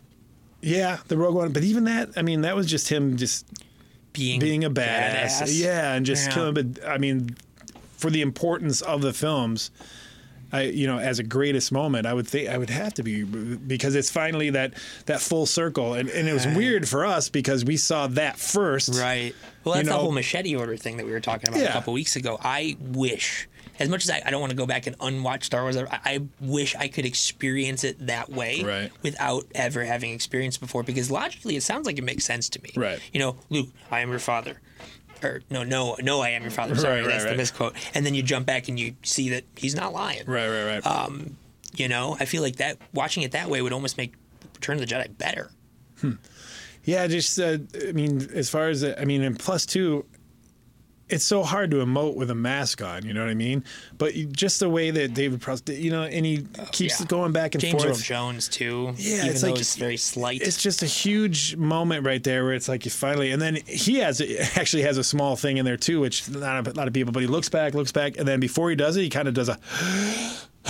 S2: yeah, the Rogue One, but even that, I mean, that was just him just
S1: being
S2: being a badass,
S1: badass.
S2: yeah, and just
S1: Yeah.
S2: killing. But I mean, for the importance of the films, I you know, as a greatest moment, I would think I would have to be because it's finally that that full circle, and, and it was weird for us because we saw that first,
S1: Right. Well,
S2: You
S1: that's
S2: know-
S1: the whole machete order thing that we were talking about
S2: Yeah.
S1: a couple weeks ago. I wish, as much as I, I don't want to go back and unwatch Star Wars, I, I wish I could experience it that way
S2: Right.
S1: without ever having experienced before because logically it sounds like it makes sense to me.
S2: Right.
S1: You know, Luke, I am your father. Or no, no, no, I am your father. Sorry,
S2: Right, right,
S1: that's
S2: right.
S1: the misquote. And then you jump back and you see that he's not lying.
S2: Right, right, right.
S1: Ah. You know, I feel like that watching it that way would almost make Return of the Jedi better.
S2: yeah, just uh, I mean, as far as I mean, and plus two, it's so hard to emote with a mask on. You know what I mean? But you, just the way that David Prowse, did, you know, and he keeps
S1: yeah.
S2: going back and
S1: James Earl
S2: forth.
S1: Jones too.
S2: Yeah,
S1: even
S2: it's
S1: though
S2: like-
S1: it's very slight.
S2: It's just a huge moment right there where it's like you finally, and then he has actually has a small thing in there too, which not a lot of people. But he looks back, looks back, and then before he does it, he kind of does a,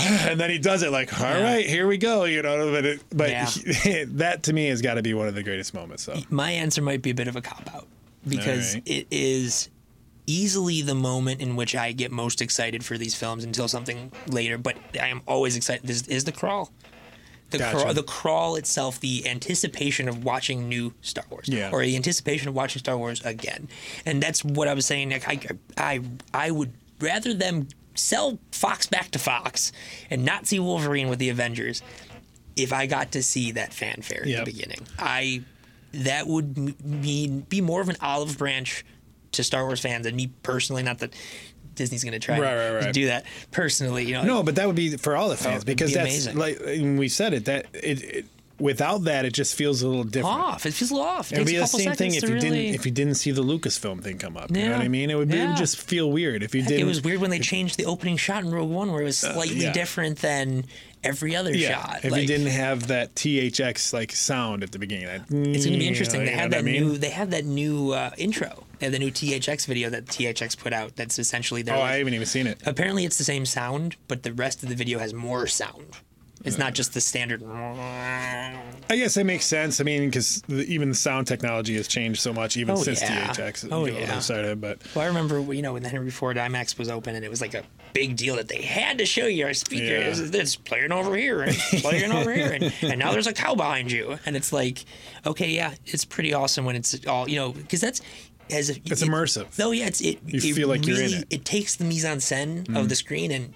S2: and then he does it like, all right, here we go, you know. But it, but
S1: Yeah.
S2: he- that to me has got to be one of the greatest moments. So
S1: my answer might be a bit of a cop out because
S2: Alright.
S1: it is easily the moment in which I get most excited for these films until something later. But I am always excited. This is the crawl. The,
S2: Gotcha.
S1: crawl, the crawl itself, the anticipation of watching new Star Wars,
S2: Yeah.
S1: or the anticipation of watching Star Wars again, and that's what I was saying. Like, I, I, I would rather them sell Fox back to Fox and not see Wolverine with the Avengers if I got to see that fanfare at
S2: Yep.
S1: the beginning. I that would m- mean be more of an olive branch to Star Wars fans and me personally. Not that Disney's going to try
S2: Right,
S1: to
S2: right, right.
S1: do that personally. You know,
S2: no, but that would be for all the fans
S1: it'd
S2: because
S1: be
S2: that's
S1: amazing.
S2: like and we said it that it, it without that it just feels a little different.
S1: off. It feels off.
S2: It would
S1: takes
S2: be
S1: a
S2: the
S1: couple
S2: same thing
S1: seconds
S2: if
S1: to
S2: you
S1: really-
S2: didn't if you didn't see the Lucasfilm thing come up. You know
S1: Yeah.
S2: what I mean? It would, be, it would
S1: Yeah.
S2: just feel weird if you
S1: It
S2: didn't.
S1: was weird when they changed the opening shot in Rogue One, where it was slightly
S2: yeah.
S1: different than every other
S2: yeah,
S1: shot.
S2: if
S1: Like,
S2: you didn't have that THX like sound at the beginning. That, mm,
S1: it's gonna be interesting. They
S2: you know
S1: had
S2: what I
S1: that
S2: mean?
S1: new. They had that new uh, intro. They had the new THX video that THX put out. That's essentially their.
S2: Oh,
S1: like,
S2: I haven't even seen it.
S1: Apparently, it's the same sound, but the rest of the video has more sound. It's not just the standard.
S2: I guess that makes sense. I mean, because even the sound technology has changed so much, even
S1: Oh,
S2: since
S1: yeah.
S2: THX
S1: Oh,
S2: you know,
S1: yeah.
S2: started. But
S1: Well, I remember, you know, when the Henry Ford IMAX was open, and it was like a big deal that they had to show you our speaker.
S2: Yeah.
S1: It's, it's playing over here and it's playing over here, and, and now there's a cow behind you, and it's like, okay, yeah, it's pretty awesome when it's all, you know, because that's as if
S2: It's immersive.
S1: No, yeah, it's it.
S2: You
S1: it
S2: feel like you're in
S1: really-
S2: it. Mm-hmm.
S1: It takes the mise en scène of the screen and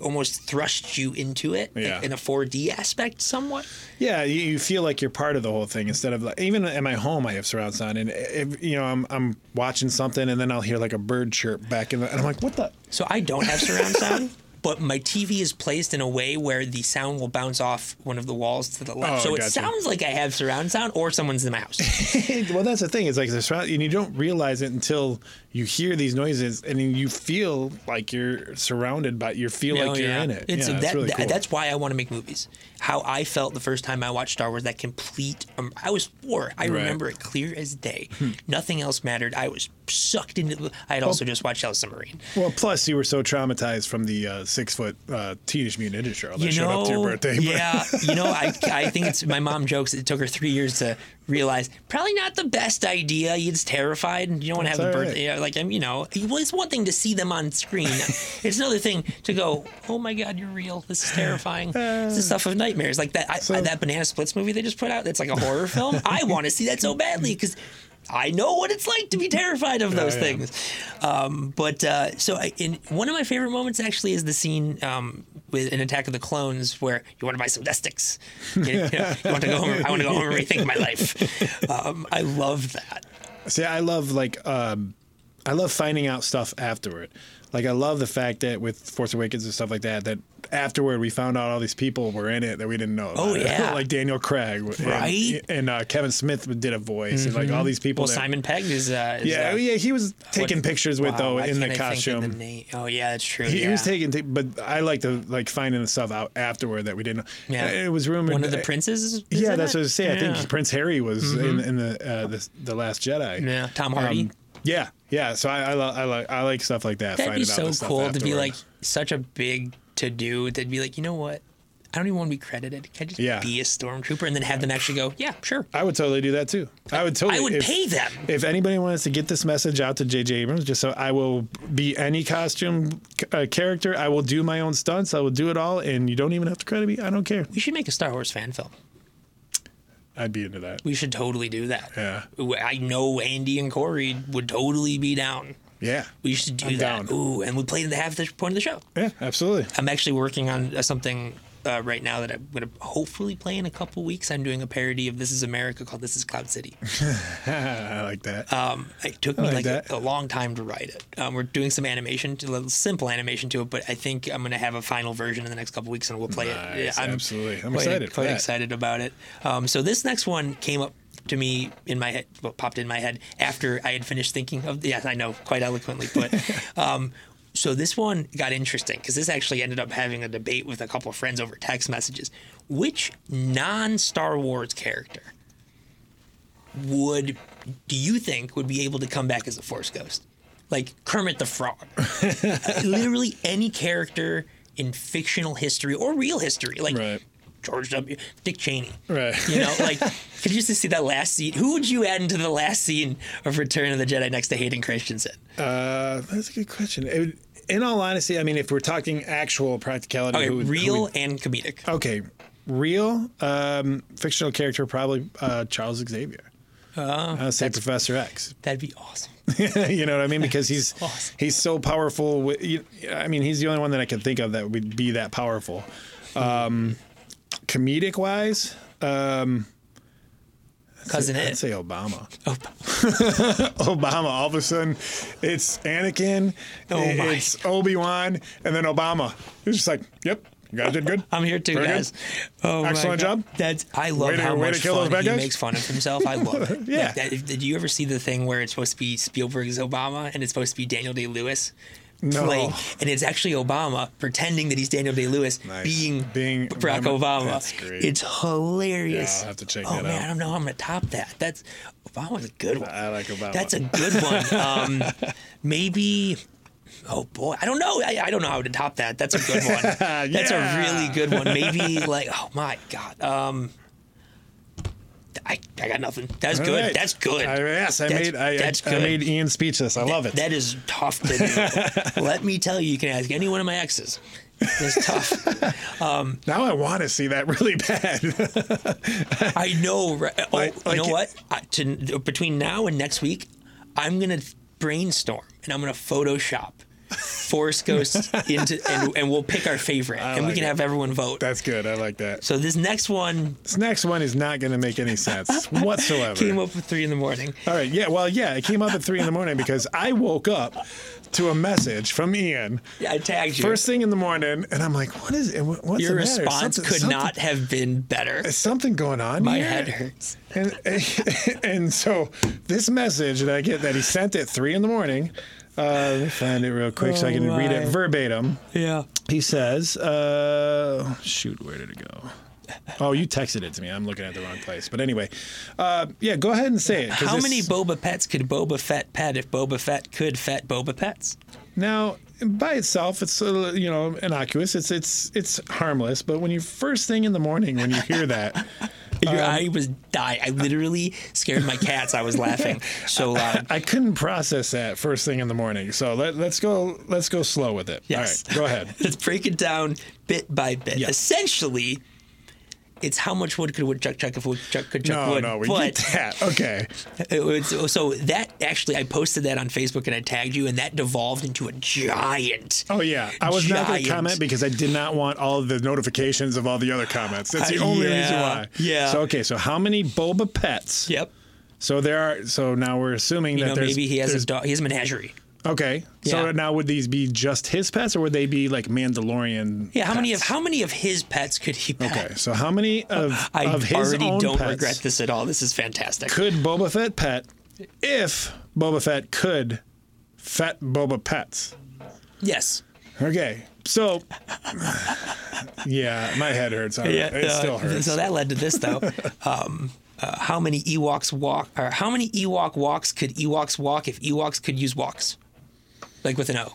S1: almost thrusts you into it like,
S2: Yeah.
S1: in a 4D aspect, somewhat.
S2: Yeah, you, you feel like you're part of the whole thing instead of like even at my home I have surround sound and if, you know I'm I'm watching something and then I'll hear like a bird chirp back in the, and I'm like what the
S1: So I don't have surround sound, but my TV is placed in a way where the sound will bounce off one of the walls to the left.
S2: Oh,
S1: so
S2: gotcha.
S1: it sounds like I have surround sound or someone's in my house.
S2: well that's the thing it's like the surround and you don't realize it until you hear these noises and then you feel like you're surrounded by you feel
S1: Oh,
S2: like you're
S1: yeah.
S2: in it.
S1: It's
S2: yeah,
S1: that,
S2: it's really
S1: that-
S2: cool.
S1: that's why I want to make movies. How I felt the first time I watched Star Wars, that complete. Um, I was four. I remember it clear as day.
S2: Hmm.
S1: Nothing else mattered. I was sucked into. the- I had also just watched Hell Submarine.
S2: well, plus you were so traumatized from the uh, six foot uh, teenage mutant ninja turtle that showed up to your birthday. but-
S1: Yeah, you know, I, I think it's my mom jokes it took her three years to realize probably not the best idea. You're terrified, and you don't want to have
S2: That's
S1: the
S2: all
S1: birthday. yeah, Like I'm, you know, well, it's one thing to see them on screen. it's another thing to go, oh my god, you're real. This is terrifying. it's the stuff of nightmares. Like that I,
S2: Uh, So-
S1: that Banana Splits movie they just put out. That's like a horror film. I want to see that so badly because. I know what it's like to be terrified of those
S2: yeah.
S1: things. Um, but uh, so, I, in one of my favorite moments actually is the scene um, with an Attack of the Clones where you want to buy some Destix. You, know, you know, you want to go home. I want to go home and rethink my life. Um, I love that.
S2: See, I love like um, I love finding out stuff afterward. Like I love the fact that with Force Awakens and stuff like that, that afterward we found out all these people were in it that we didn't know.
S1: Oh,
S2: about.
S1: yeah.
S2: like Daniel Craig, and,
S1: Right? Mm-hmm.
S2: And uh, Kevin Smith did a voice, and like all these people.
S1: Well,
S2: that-
S1: Simon Pegg is. Uh, is,
S2: Yeah,
S1: uh,
S2: yeah, he was taking
S1: what-
S2: pictures with
S1: wow,
S2: though
S1: Oh, why
S2: in the
S1: can't I think of
S2: costume.
S1: the name? oh yeah, that's true.
S2: He,
S1: yeah.
S2: he was taking, t- but I like to like finding the stuff out afterward that we didn't. know.
S1: Yeah.
S2: uh, it was rumored.
S1: One of the
S2: that-
S1: princes. is
S2: yeah,
S1: in
S2: that's
S1: it?
S2: what I was saying. I
S1: Yeah. Mm-hmm.
S2: think Prince Harry was in, in the, uh, the the Last Jedi.
S1: Yeah, Tom Hardy.
S2: Um, yeah, yeah. So I I, lo- I like I like stuff like that.
S1: That'd be
S2: finding out
S1: so
S2: the stuff
S1: cool to be
S2: afterward.
S1: like such a big to do. To be like, you know what? I don't even want to be credited. Can I just
S2: Yeah.
S1: be a stormtrooper and then have them actually go, yeah, sure.
S2: I would totally do that too. I would totally.
S1: I would
S2: if,
S1: pay them.
S2: If anybody wants to get this message out to JJ Abrams, just so I will be any costume uh, character, I will do my own stunts. I will do it all, and you don't even have to credit me. I don't care.
S1: We should make a Star Wars fan film.
S2: I'd be into that.
S1: We should totally do that.
S2: Yeah.
S1: I know Andy and Corey would totally be down.
S2: Yeah.
S1: We should do
S2: I'm
S1: that.
S2: down.
S1: Ooh, and we played the half the point of the show.
S2: Yeah, absolutely.
S1: I'm actually working on uh, something uh, right now that I'm going to hopefully play in a couple weeks. I'm doing a parody of This Is America called This Is Cloud City.
S2: I like that.
S1: Um, it took me
S2: like
S1: like,
S2: that.
S1: a, a long time to write it. Um, we're doing some animation, to, a little simple animation to it, but I think I'm going to have a final version in the next couple weeks and we'll play it.
S2: Nice, absolutely. I'm
S1: quite,
S2: excited for
S1: Quite
S2: that.
S1: excited about it. Um, so this next one came up popped to me in my head, well, popped in my head after I had finished thinking of. Yes, I know quite eloquently, but. Um, so this one got interesting because this actually ended up having a debate with a couple of friends over text messages. Which non-Star Wars character would do you think would be able to come back as a Force ghost? Like Kermit the Frog. Literally any character in fictional history or real history, like
S2: Right.
S1: George W. Dick Cheney.
S2: Right.
S1: You know, like could you just see that last scene? Who would you add into the last scene of Return of the Jedi next to Hayden Christensen?
S2: Uh, that's a good question. It would- in all honesty, I mean, if we're talking actual practicality,
S1: Okay,
S2: who would- who
S1: real
S2: would-
S1: and comedic.
S2: okay, real um, fictional character probably uh, Charles Xavier.
S1: Uh,
S2: I'd say Professor X.
S1: That'd be awesome.
S2: you know what I mean? Because he's
S1: awesome.
S2: he's so powerful. With, you, I mean, he's the only one that I can think of that would be that powerful. Um, comedic wise,
S1: Cousin
S2: I'd
S1: Ed.
S2: say Obama.
S1: Oh,
S2: Obama. All of a sudden, it's Anakin,
S1: Oh
S2: i-
S1: my.
S2: it's Obi Wan, and then Obama. It's just like, yep, you guys did good.
S1: I'm here too,
S2: Very good.
S1: guys. Oh, my
S2: Excellent
S1: God.
S2: job.
S1: That's I love
S2: Way to-
S1: how
S2: way to
S1: much
S2: kill those
S1: fun
S2: bad
S1: he
S2: guys.
S1: makes fun of himself. I love it.
S2: Yeah.
S1: Like that, did you ever see the thing where it's supposed to be Spielberg's Obama and it's supposed to be Daniel Day Lewis?
S2: No.
S1: Playing, and it's actually Obama pretending that he's Daniel Day Lewis
S2: Nice.
S1: being,
S2: Being
S1: Barack
S2: Obama.
S1: Obama.
S2: That's great.
S1: It's hilarious.
S2: Yeah, I'll have to check
S1: oh,
S2: that
S1: man,
S2: out.
S1: I don't know how I'm going to top that. That's Obama's a good one.
S2: I like Obama.
S1: That's a good one. Um, maybe. Oh boy, I don't know. I, I don't know how to top that. That's a good one. That's a
S2: Yeah.
S1: really good one. Maybe like oh my god. Um, I, I got nothing. That's
S2: All
S1: good.
S2: right.
S1: That's good.
S2: I, yes, I
S1: That's-
S2: made I,
S1: that's
S2: I, I
S1: good.
S2: made Ian speechless. I love it.
S1: That is tough to do. Let me tell you, you can ask any one of my exes. It's tough.
S2: now I want to see that really bad.
S1: I know. Right? Oh,
S2: Like-
S1: you know
S2: like-
S1: what? I, to, between now and next week, I'm gonna brainstorm and I'm gonna Photoshop Forest Ghosts into, and, and we'll pick our favorite, and we
S2: like
S1: can
S2: it.
S1: have everyone vote.
S2: That's good. I like that.
S1: so this next one
S2: This next one is not going to make any sense whatsoever.
S1: came up at three in the morning.
S2: All right. Yeah. Well, yeah. It came up at three in the morning because I woke up to a message from Ian
S1: I tagged you.
S2: first thing in the morning, and I'm like, "What is it? What- What's
S1: Your
S2: the matter?
S1: response
S2: Something-
S1: could
S2: something-
S1: not have been better.
S2: Is something going on
S1: My
S2: here?
S1: head hurts.
S2: And, and so this message that I get that he sent at three in the morning, uh, let me find it real quick so I can
S1: Oh,
S2: read
S1: my.
S2: it verbatim.
S1: Yeah.
S2: He says, uh, shoot, where did it go? Oh, you texted it to me. I'm looking at the wrong place. But anyway, uh, yeah, go ahead and say it. 'cause
S1: How
S2: this-
S1: many Boba Pets could Boba Fett pet if Boba Fett could fet Boba Pets?
S2: Now, by itself, it's uh, you know innocuous. It's it's it's harmless. But when you first thing in the morning, when you hear that,
S1: Your
S2: Um,
S1: I was die. I literally scared my cats. I was laughing so loud.
S2: I couldn't process that first thing in the morning. So let, let's go let's go slow with it.
S1: Yes.
S2: All right, go ahead.
S1: Let's break it down bit by bit.
S2: Yes.
S1: Essentially, it's how much wood could a woodchuck chuck if a woodchuck could chuck
S2: No,
S1: wood.
S2: no, we
S1: but
S2: get that. Okay.
S1: It was, so that actually, I posted that on Facebook and I tagged you, and that devolved into a giant.
S2: Oh yeah, I was not going
S1: Giant.
S2: to comment because I did not want all the notifications of all the other comments. That's the only
S1: Uh, Yeah,
S2: reason why.
S1: yeah.
S2: So okay, so how many boba pets?
S1: Yep.
S2: So there are. So now we're assuming
S1: You
S2: that
S1: know,
S2: there's
S1: maybe he has
S2: there's-
S1: a dog. He has a menagerie.
S2: Okay. So
S1: Yeah.
S2: now would these be just his pets, or would they be like Mandalorian?
S1: Yeah. How many of
S2: pets?
S1: how many of his pets could he pet?
S2: Okay. So how many of
S1: I
S2: of his
S1: already
S2: own
S1: don't
S2: pets
S1: regret this at all. This is fantastic.
S2: could Boba Fett pet if Boba Fett could fet Boba pets?
S1: yes.
S2: Okay. So yeah, my head hurts. I- it
S1: uh,
S2: still hurts.
S1: So that led to this though. um, uh, how many Ewoks walk? Or how many Ewok walks could Ewoks walk if Ewoks could use walks? Like with an O.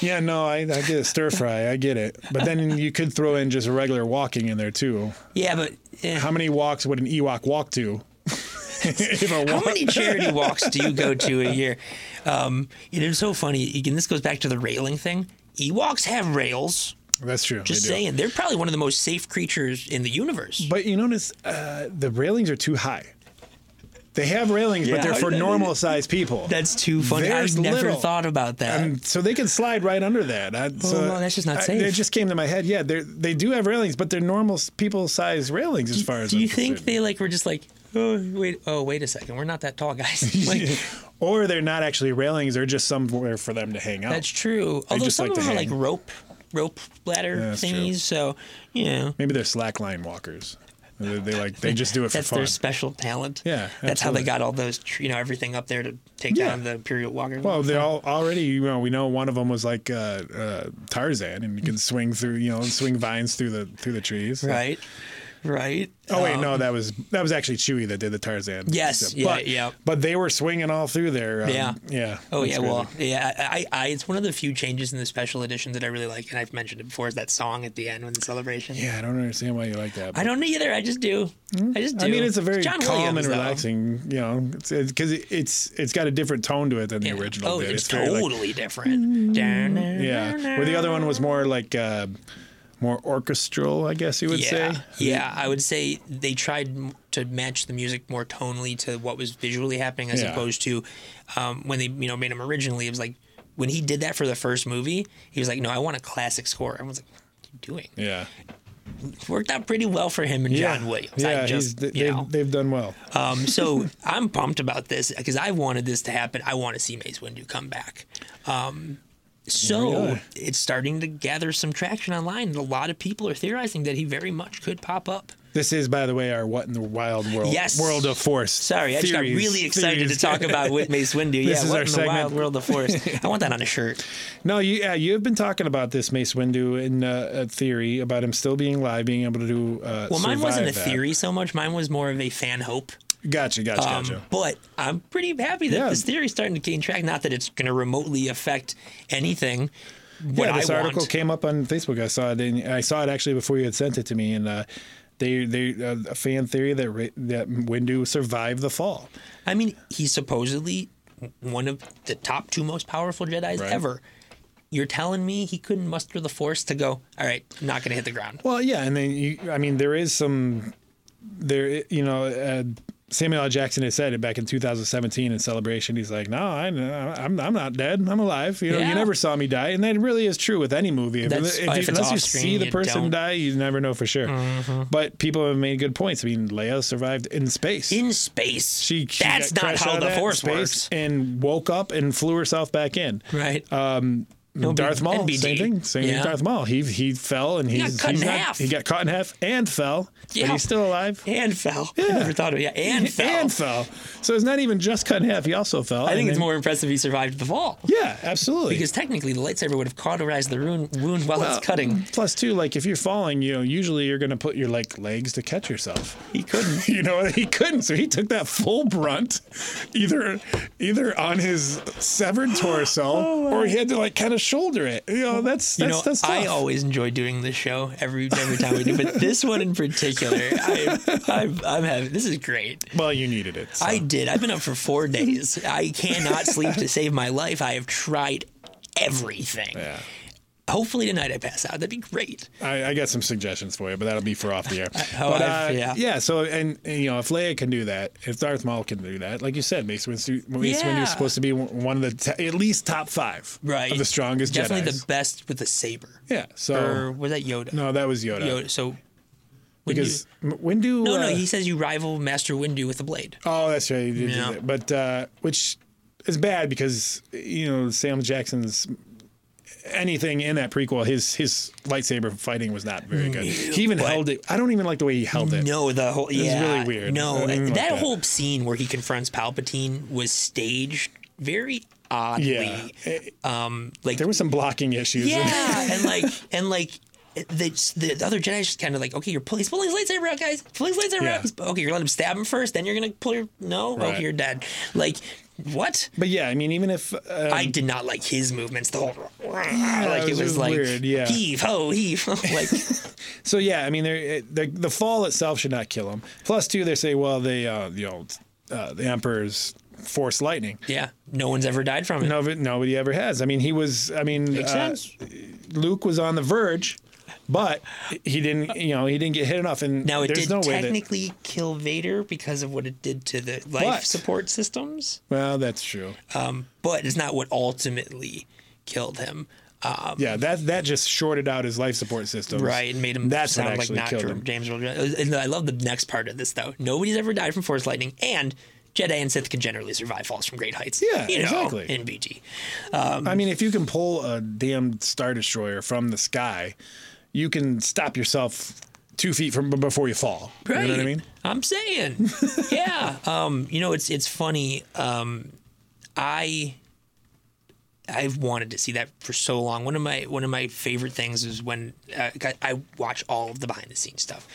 S2: yeah, no, I, I get it. Stir fry. I get it. But then you could throw in just a regular walking in there too.
S1: Yeah, but eh,
S2: How many walks would an Ewok walk to? if a
S1: how
S2: walk,
S1: many charity walks do you go to a year? Um, it is so funny. Again, this goes back to the railing thing. Ewoks have rails.
S2: that's true.
S1: Just
S2: they do.
S1: saying, they're probably one of the most safe creatures in the universe.
S2: But you notice uh, the railings are too high. They have railings, but
S1: Yeah.
S2: they're for normal sized people.
S1: That's too funny. I've
S2: There's
S1: never
S2: little.
S1: thought about that.
S2: And so they can slide right under that. I, so
S1: no, that's just not
S2: I-
S1: safe.
S2: it just came to my head. Yeah, they they do have railings, but they're normal people sized railings as far as
S1: do
S2: I'm
S1: you think
S2: concerned.
S1: they like were just like, oh wait, oh wait a second, we're not that tall, guys. Like,
S2: or they're not actually railings; they're just somewhere for them to hang out.
S1: That's true. Although
S2: just
S1: some of
S2: like to
S1: them are
S2: hang.
S1: like rope, rope ladder
S2: Yeah, that's true.
S1: thingies. So you know,
S2: Maybe they're slackline walkers. They, they like they just do it for
S1: That's
S2: fun.
S1: their special talent.
S2: Yeah,
S1: that's how they
S2: absolutely.
S1: got all those, tr- you know, everything up there to take
S2: Yeah.
S1: down the Imperial Walker.
S2: Well, Oh, they all already, you know, we know one of them was like uh, uh, Tarzan, and you can swing through, you know, swing vines through the through the trees.
S1: right, right.
S2: Oh wait,
S1: Um,
S2: no, that was that was actually Chewie that did the Tarzan.
S1: Yes,
S2: stuff.
S1: yeah,
S2: but,
S1: yeah.
S2: But they were swinging all through there. um,
S1: Yeah.
S2: yeah.
S1: Oh
S2: That's
S1: yeah,
S2: crazy.
S1: well, yeah. I, I, I, it's one of the few changes in the special edition that I really like, and I've mentioned it before. Is that song at the end when the celebration?
S2: yeah, I don't understand why you like that.
S1: I don't either. I just do. I just do.
S2: I mean, it's a very
S1: John
S2: calm
S1: Williams,
S2: and
S1: though.
S2: relaxing, you know, because it's, 'cause it- it's it's got a different tone to it than the
S1: Yeah.
S2: original
S1: Oh,
S2: did.
S1: it's
S2: very, like- Hmm.
S1: totally different.
S2: yeah,
S1: yeah.
S2: where the other one was more like uh, more orchestral, I guess you would
S1: Yeah,
S2: say.
S1: yeah. I would say they tried m- to match the music more tonally to what was visually happening, as
S2: Yeah.
S1: opposed to um, when they you know made him originally. It was like when he did that for the first movie, he was like, "No, I want a classic score." Everyone's like, "What are you doing?"
S2: Yeah,
S1: It worked out pretty well for him and
S2: yeah.
S1: John Williams.
S2: Yeah,
S1: I
S2: he's,
S1: just,
S2: they,
S1: you know.
S2: they've, they've done well.
S1: Um, so I'm pumped about this because I wanted this to happen. I want to see Mace Windu come back. Um, so
S2: Really?
S1: it's starting to gather some traction online, and a lot of people are theorizing that he very much could pop up.
S2: This is, by the way, our what in the wild world?
S1: Yes.
S2: world of force.
S1: Sorry, I just got
S2: theories-
S1: really excited
S2: theories.
S1: to talk about Whit Mace Windu.
S2: This
S1: yeah,
S2: is
S1: what
S2: our
S1: in the
S2: segment.
S1: wild world of force? I want that on a shirt.
S2: No, you, yeah, you've been talking about this Mace Windu in uh, a theory about him still being alive, being able to do. Uh,
S1: Well, mine wasn't a
S2: survive that.
S1: theory so much. Mine was more of a fan hope.
S2: Gotcha, gotcha,
S1: Um,
S2: gotcha.
S1: But I'm pretty happy that
S2: Yeah.
S1: this theory's starting to gain traction. Not that it's going to remotely affect anything. What
S2: yeah, this
S1: I
S2: article
S1: want.
S2: came up on Facebook. I saw it. And I saw it actually before you had sent it to me, and uh, they they uh, a fan theory that Ra- that Windu survived the fall.
S1: I mean, he's supposedly one of the top two most powerful Jedi's
S2: Right.
S1: ever. You're telling me he couldn't muster the Force to go, all right, I'm not going to hit the ground.
S2: Well, yeah, and then you, I mean, there is some there. You know, uh, Samuel L. Jackson has said it back in 2017 in celebration. He's like, "No, I, I'm I'm not dead. I'm alive. You know, you
S1: Yeah.
S2: never saw me die." And that really is true with any movie. If,
S1: That's-
S2: if
S1: if
S2: you-
S1: it's
S2: unless you
S1: off-screen,
S2: see the
S1: you
S2: person
S1: don't. Mm-hmm.
S2: die, you never know for sure. But people have made good points. I mean, Leia survived in space.
S1: In space,
S2: she, she
S1: that's
S2: got
S1: not
S2: crushed out
S1: how
S2: of
S1: the
S2: that
S1: Force
S2: space
S1: works.
S2: And woke up and flew herself back in.
S1: Right. No,
S2: Darth
S1: B-
S2: Maul,
S1: NBD.
S2: same thing. Same thing
S1: Yeah.
S2: with Darth Maul. He he fell and he's,
S1: cut in
S2: he's not-
S1: half.
S2: he got caught in half and fell. But
S1: Yeah.
S2: he's still alive.
S1: and fell. I never thought of it. Yeah, and fell.
S2: And fell. So it's not even just cut in half. He also fell.
S1: I think it's more impressive he survived the fall.
S2: Yeah, absolutely.
S1: Because technically, the lightsaber would have cauterized the wound, wound while
S2: Well,
S1: it's cutting.
S2: Plus, too, like if you're falling, you know, usually you're going to put your like legs to catch yourself.
S1: He couldn't.
S2: you know he couldn't so he took that full brunt either either on his severed torso or he had to like kind of shoulder it you know that's that's
S1: Oh, You know,
S2: that's tough.
S1: I always enjoy doing this show every every time we do, but this one in particular, I, I'm, I'm having. This is great.
S2: well you needed it so.
S1: I did. I've been up for four days. I cannot sleep to save my life. I have tried everything.
S2: yeah
S1: Hopefully tonight I pass out. That'd be great.
S2: I, I got some suggestions for you, but that'll be for off the air.
S1: Oh,
S2: but, uh,
S1: I've- yeah.
S2: So, and, and, you know, if Leia can do that, if Darth Maul can do that, like you said, Mace Windu, Mace
S1: Yeah.
S2: Windu's supposed to be one of the t- at least top five
S1: Right.
S2: of the strongest
S1: Definitely
S2: Jedi's.
S1: the Er, best with the saber.
S2: yeah. So
S1: Or was that Yoda?
S2: no, that was Yoda.
S1: Yoda. So when you-
S2: because M- Windu.
S1: no, no,
S2: uh,
S1: he says you rival Master Windu with a blade.
S2: Oh, that's right. He did do
S1: Yeah.
S2: that. But uh, which is bad because you know Sam Jackson's anything in that prequel, his his lightsaber fighting was not very good. He even
S1: Mm. But-
S2: held it. I don't even like the way he held it.
S1: No, the whole yeah,
S2: really weird. I
S1: No,
S2: didn't
S1: that,
S2: like that.
S1: whole scene where he confronts Palpatine was staged very
S2: Yeah,
S1: oddly.
S2: It-
S1: Um, like
S2: there was some blocking issues. in there.
S1: Yeah, and like and like the the other Jedi's just kind of like, okay, you're pulling, he's pulling his lightsaber out, guys. Pulling his lightsaber
S2: Yeah.
S1: out. He's- Okay, you're letting him stab him first, then you're gonna pull your no.
S2: Right.
S1: Okay, you're dead. Like what?
S2: But yeah, I mean, even if uh,
S1: I did not like his movements. The whole like it
S2: it
S1: was,
S2: was
S1: like
S2: weird, yeah.
S1: heave ho heave. ho, like
S2: so, yeah, I mean, there- it- the the fall itself should not kill him. Plus, two, they say, well, they uh, you know, uh, the Emperor's force lightning.
S1: yeah, no one's ever died from it.
S2: No, but nobody ever has. I mean, he was. I mean,
S1: Makes
S2: uh,
S1: sense.
S2: Luke was on the verge, but he didn't. You know, he didn't get hit enough. And
S1: Now it
S2: there's
S1: did
S2: no way that.
S1: technically kill Vader because of what it did to the life
S2: But-
S1: support systems,
S2: Well, that's true.
S1: but it's not what ultimately killed him. Um,
S2: yeah, that that just shorted out his life support system.
S1: Right, and made him
S2: That's what
S1: sound like
S2: actually
S1: not
S2: killed
S1: Dr-
S2: him.
S1: James Earl Jones. And I love the next part of this though. Nobody's ever died from Force Lightning, and Jedi and Sith can generally survive falls from great heights.
S2: Yeah,
S1: you know,
S2: exactly.
S1: In BG,
S2: I mean, if you can pull a damn star destroyer from the sky, you can stop yourself two feet from b- before you fall.
S1: Right.
S2: You know what I mean?
S1: am saying, yeah. Um, you know, it's it's funny. Um, I I've wanted to see that for so long. One of my one of my favorite things is when uh, I- I watch all of the behind the scenes stuff.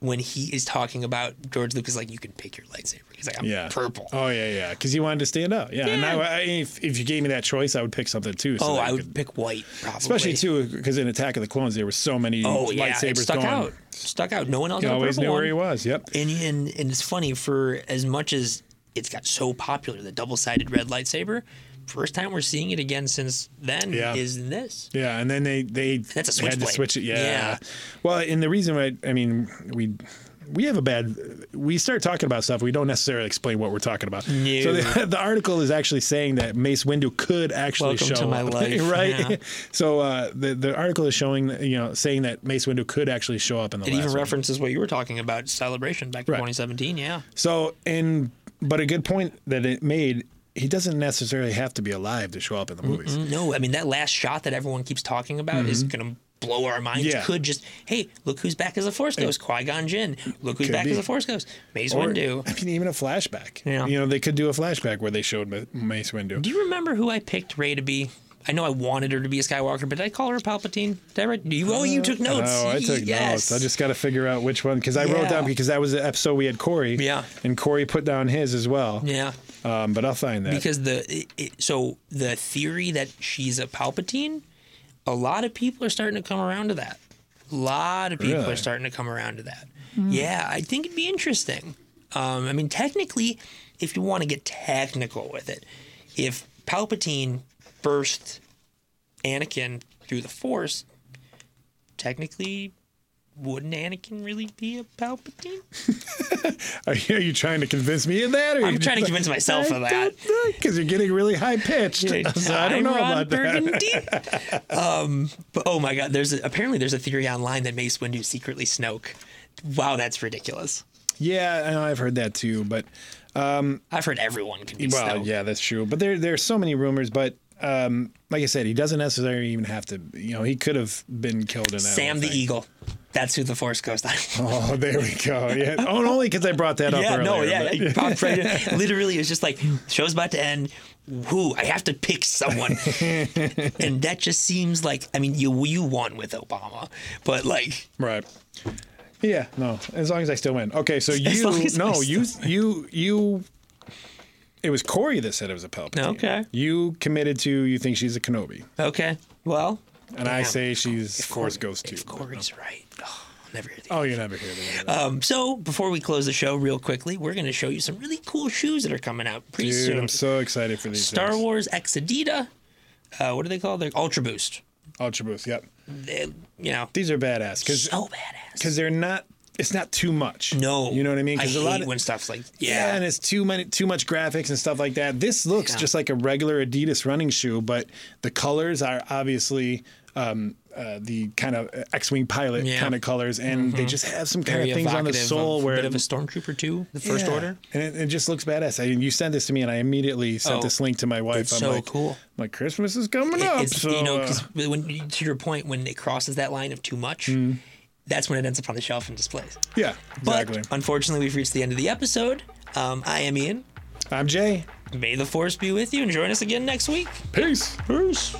S1: When he is talking about George Lucas, like you can pick your lightsaber. He's like, I'm
S2: Yeah.
S1: purple.
S2: Oh yeah, yeah. Because you wanted to stand up. Yeah. And I,
S1: Yeah.
S2: I, if if you gave me that choice, I would pick something too. So
S1: oh,
S2: that
S1: I
S2: you
S1: would
S2: could-
S1: pick white, probably.
S2: especially too because in Attack of the Clones there were so many
S1: Oh yeah,
S2: lightsabers
S1: it stuck
S2: going.
S1: out. Stuck out. No one else.
S2: You
S1: had a
S2: always
S1: purple
S2: knew
S1: one.
S2: where he was. Yep.
S1: and, and and it's funny for as much as it's got so popular, the double-sided red lightsaber. First time we're seeing it again since then
S2: Yeah.
S1: is in this.
S2: Yeah, and then they they
S1: That's a
S2: had to
S1: switchblade.
S2: switch it. Yeah.
S1: Yeah.
S2: Well, and the reason why I mean we we have a bad we start talking about stuff we don't necessarily explain what we're talking about.
S1: No.
S2: So the, the article is actually saying that Mace Windu could actually
S1: Welcome
S2: show
S1: to my
S2: up,
S1: life.
S2: right?
S1: Yeah.
S2: So uh, the the article is showing you know saying that Mace Windu could actually show up in the
S1: It
S2: last
S1: even
S2: one.
S1: references what you were talking about, celebration back in
S2: Right.
S1: 2017. Yeah,
S2: So and but a good point that it made. He doesn't necessarily have to be alive to show up in the movies.
S1: Mm, no, I mean that last shot that everyone keeps talking about is gonna blow our minds.
S2: Yeah.
S1: Could just hey, look who's back as a Force Ghost, Qui Gon Jinn. Look who's
S2: Could
S1: back
S2: be.
S1: as a Force Ghost, Mace
S2: Or,
S1: Windu.
S2: I mean, even a flashback.
S1: Yeah.
S2: You know, they could do a flashback where they showed Ma- Mace Windu.
S1: Do you remember who I picked Ray to be? I know I wanted her to be a Skywalker, but did I call her Palpatine? Did I write? You, oh, you took notes.
S2: Oh, I took
S1: yes.
S2: notes. I just got to figure out which one because I wrote
S1: Yeah.
S2: down because that was the episode we had Corey.
S1: Yeah.
S2: And Corey put down his as well.
S1: Yeah,
S2: Um, but I'll find that.
S1: because the it, it, so the theory that she's a Palpatine, a lot of people are starting to come around to that. A lot of people
S2: Really?
S1: are starting to come around to that. Yeah, I think it'd be interesting. Um, I mean, technically, if you want to get technical with it, if Palpatine burst Anakin through the Force, technically, wouldn't Anakin really be a Palpatine?
S2: are, you, are you trying to convince me of that? Or
S1: I'm trying to convince myself of that.
S2: Because you're getting really high pitched. so I don't know
S1: Ron
S2: about that.
S1: Burgundy. um, but oh my God, there's a, apparently there's a theory online that Mace Windu secretly Snoke. Wow, that's ridiculous.
S2: Yeah, I know, I've heard that too. But
S1: I've heard everyone can be
S2: well,
S1: Snoke.
S2: yeah, that's true. But there there's so many rumors. But um, like I said, he doesn't necessarily even have to. You know, he could have been killed in that.
S1: Sam
S2: whole
S1: the
S2: thing.
S1: Eagle. That's who the Force Ghost.
S2: Oh, there we go. Yeah. Oh, and only because I brought that up
S1: yeah,
S2: earlier.
S1: no, yeah,
S2: but-
S1: you popped right in. Literally, it's just like show's about to end. Who I have to pick someone, and that just seems like I mean you you won with Obama, but like
S2: Right. Yeah, no. As long as I still win. Okay, so
S1: As
S2: you
S1: long as I
S2: no, you
S1: still
S2: you you it was Corey that said it was a Palpatine.
S1: Okay.
S2: You committed to you think she's a Kenobi.
S1: okay, well,
S2: And I say she's Force Ghost too.
S1: If Corey's right, oh, I'll never hear the
S2: Oh, you never hear that.
S1: Um, so before we close the show, real quickly, we're going to show you some really cool shoes that are coming out pretty
S2: Dude,
S1: soon.
S2: I'm so excited for these
S1: Star
S2: things.
S1: Wars Exadita. Uh, what do they call? They're Ultra Boost.
S2: Ultra Boost, yep.
S1: They, you know,
S2: These are badass cuz
S1: so badass.
S2: cuz they're not it's not too much.
S1: no,
S2: You know what I mean?
S1: I hate
S2: a lot of
S1: when stuff's like
S2: Yeah,
S1: yeah,
S2: and it's too many, too much graphics and stuff like that. This looks
S1: Yeah.
S2: just like a regular Adidas running shoe, but the colors are obviously um, uh, the kind of X-wing pilot
S1: Yeah. Mm-hmm.
S2: kind of colors, and they just have some kind
S1: very
S2: of things on the
S1: evocative
S2: sole
S1: of
S2: where
S1: a bit of a stormtrooper too. The first
S2: Yeah.
S1: order.
S2: and it, it just looks badass. I, you sent this to me, and I immediately sent
S1: Oh,
S2: this link to my wife.
S1: it's
S2: I'm
S1: so
S2: like,
S1: cool.
S2: My Christmas is coming
S1: It-
S2: up,
S1: it's
S2: so
S1: you know
S2: uh, Mm.
S1: 'cause when to your point when it crosses that line of too much, that's when it ends up on the shelf and displays.
S2: yeah, exactly.
S1: But unfortunately, we've reached the end of the episode. Um, I am Ian.
S2: I'm Jay.
S1: May the force be with you and join us again next week.
S2: Peace. Peace.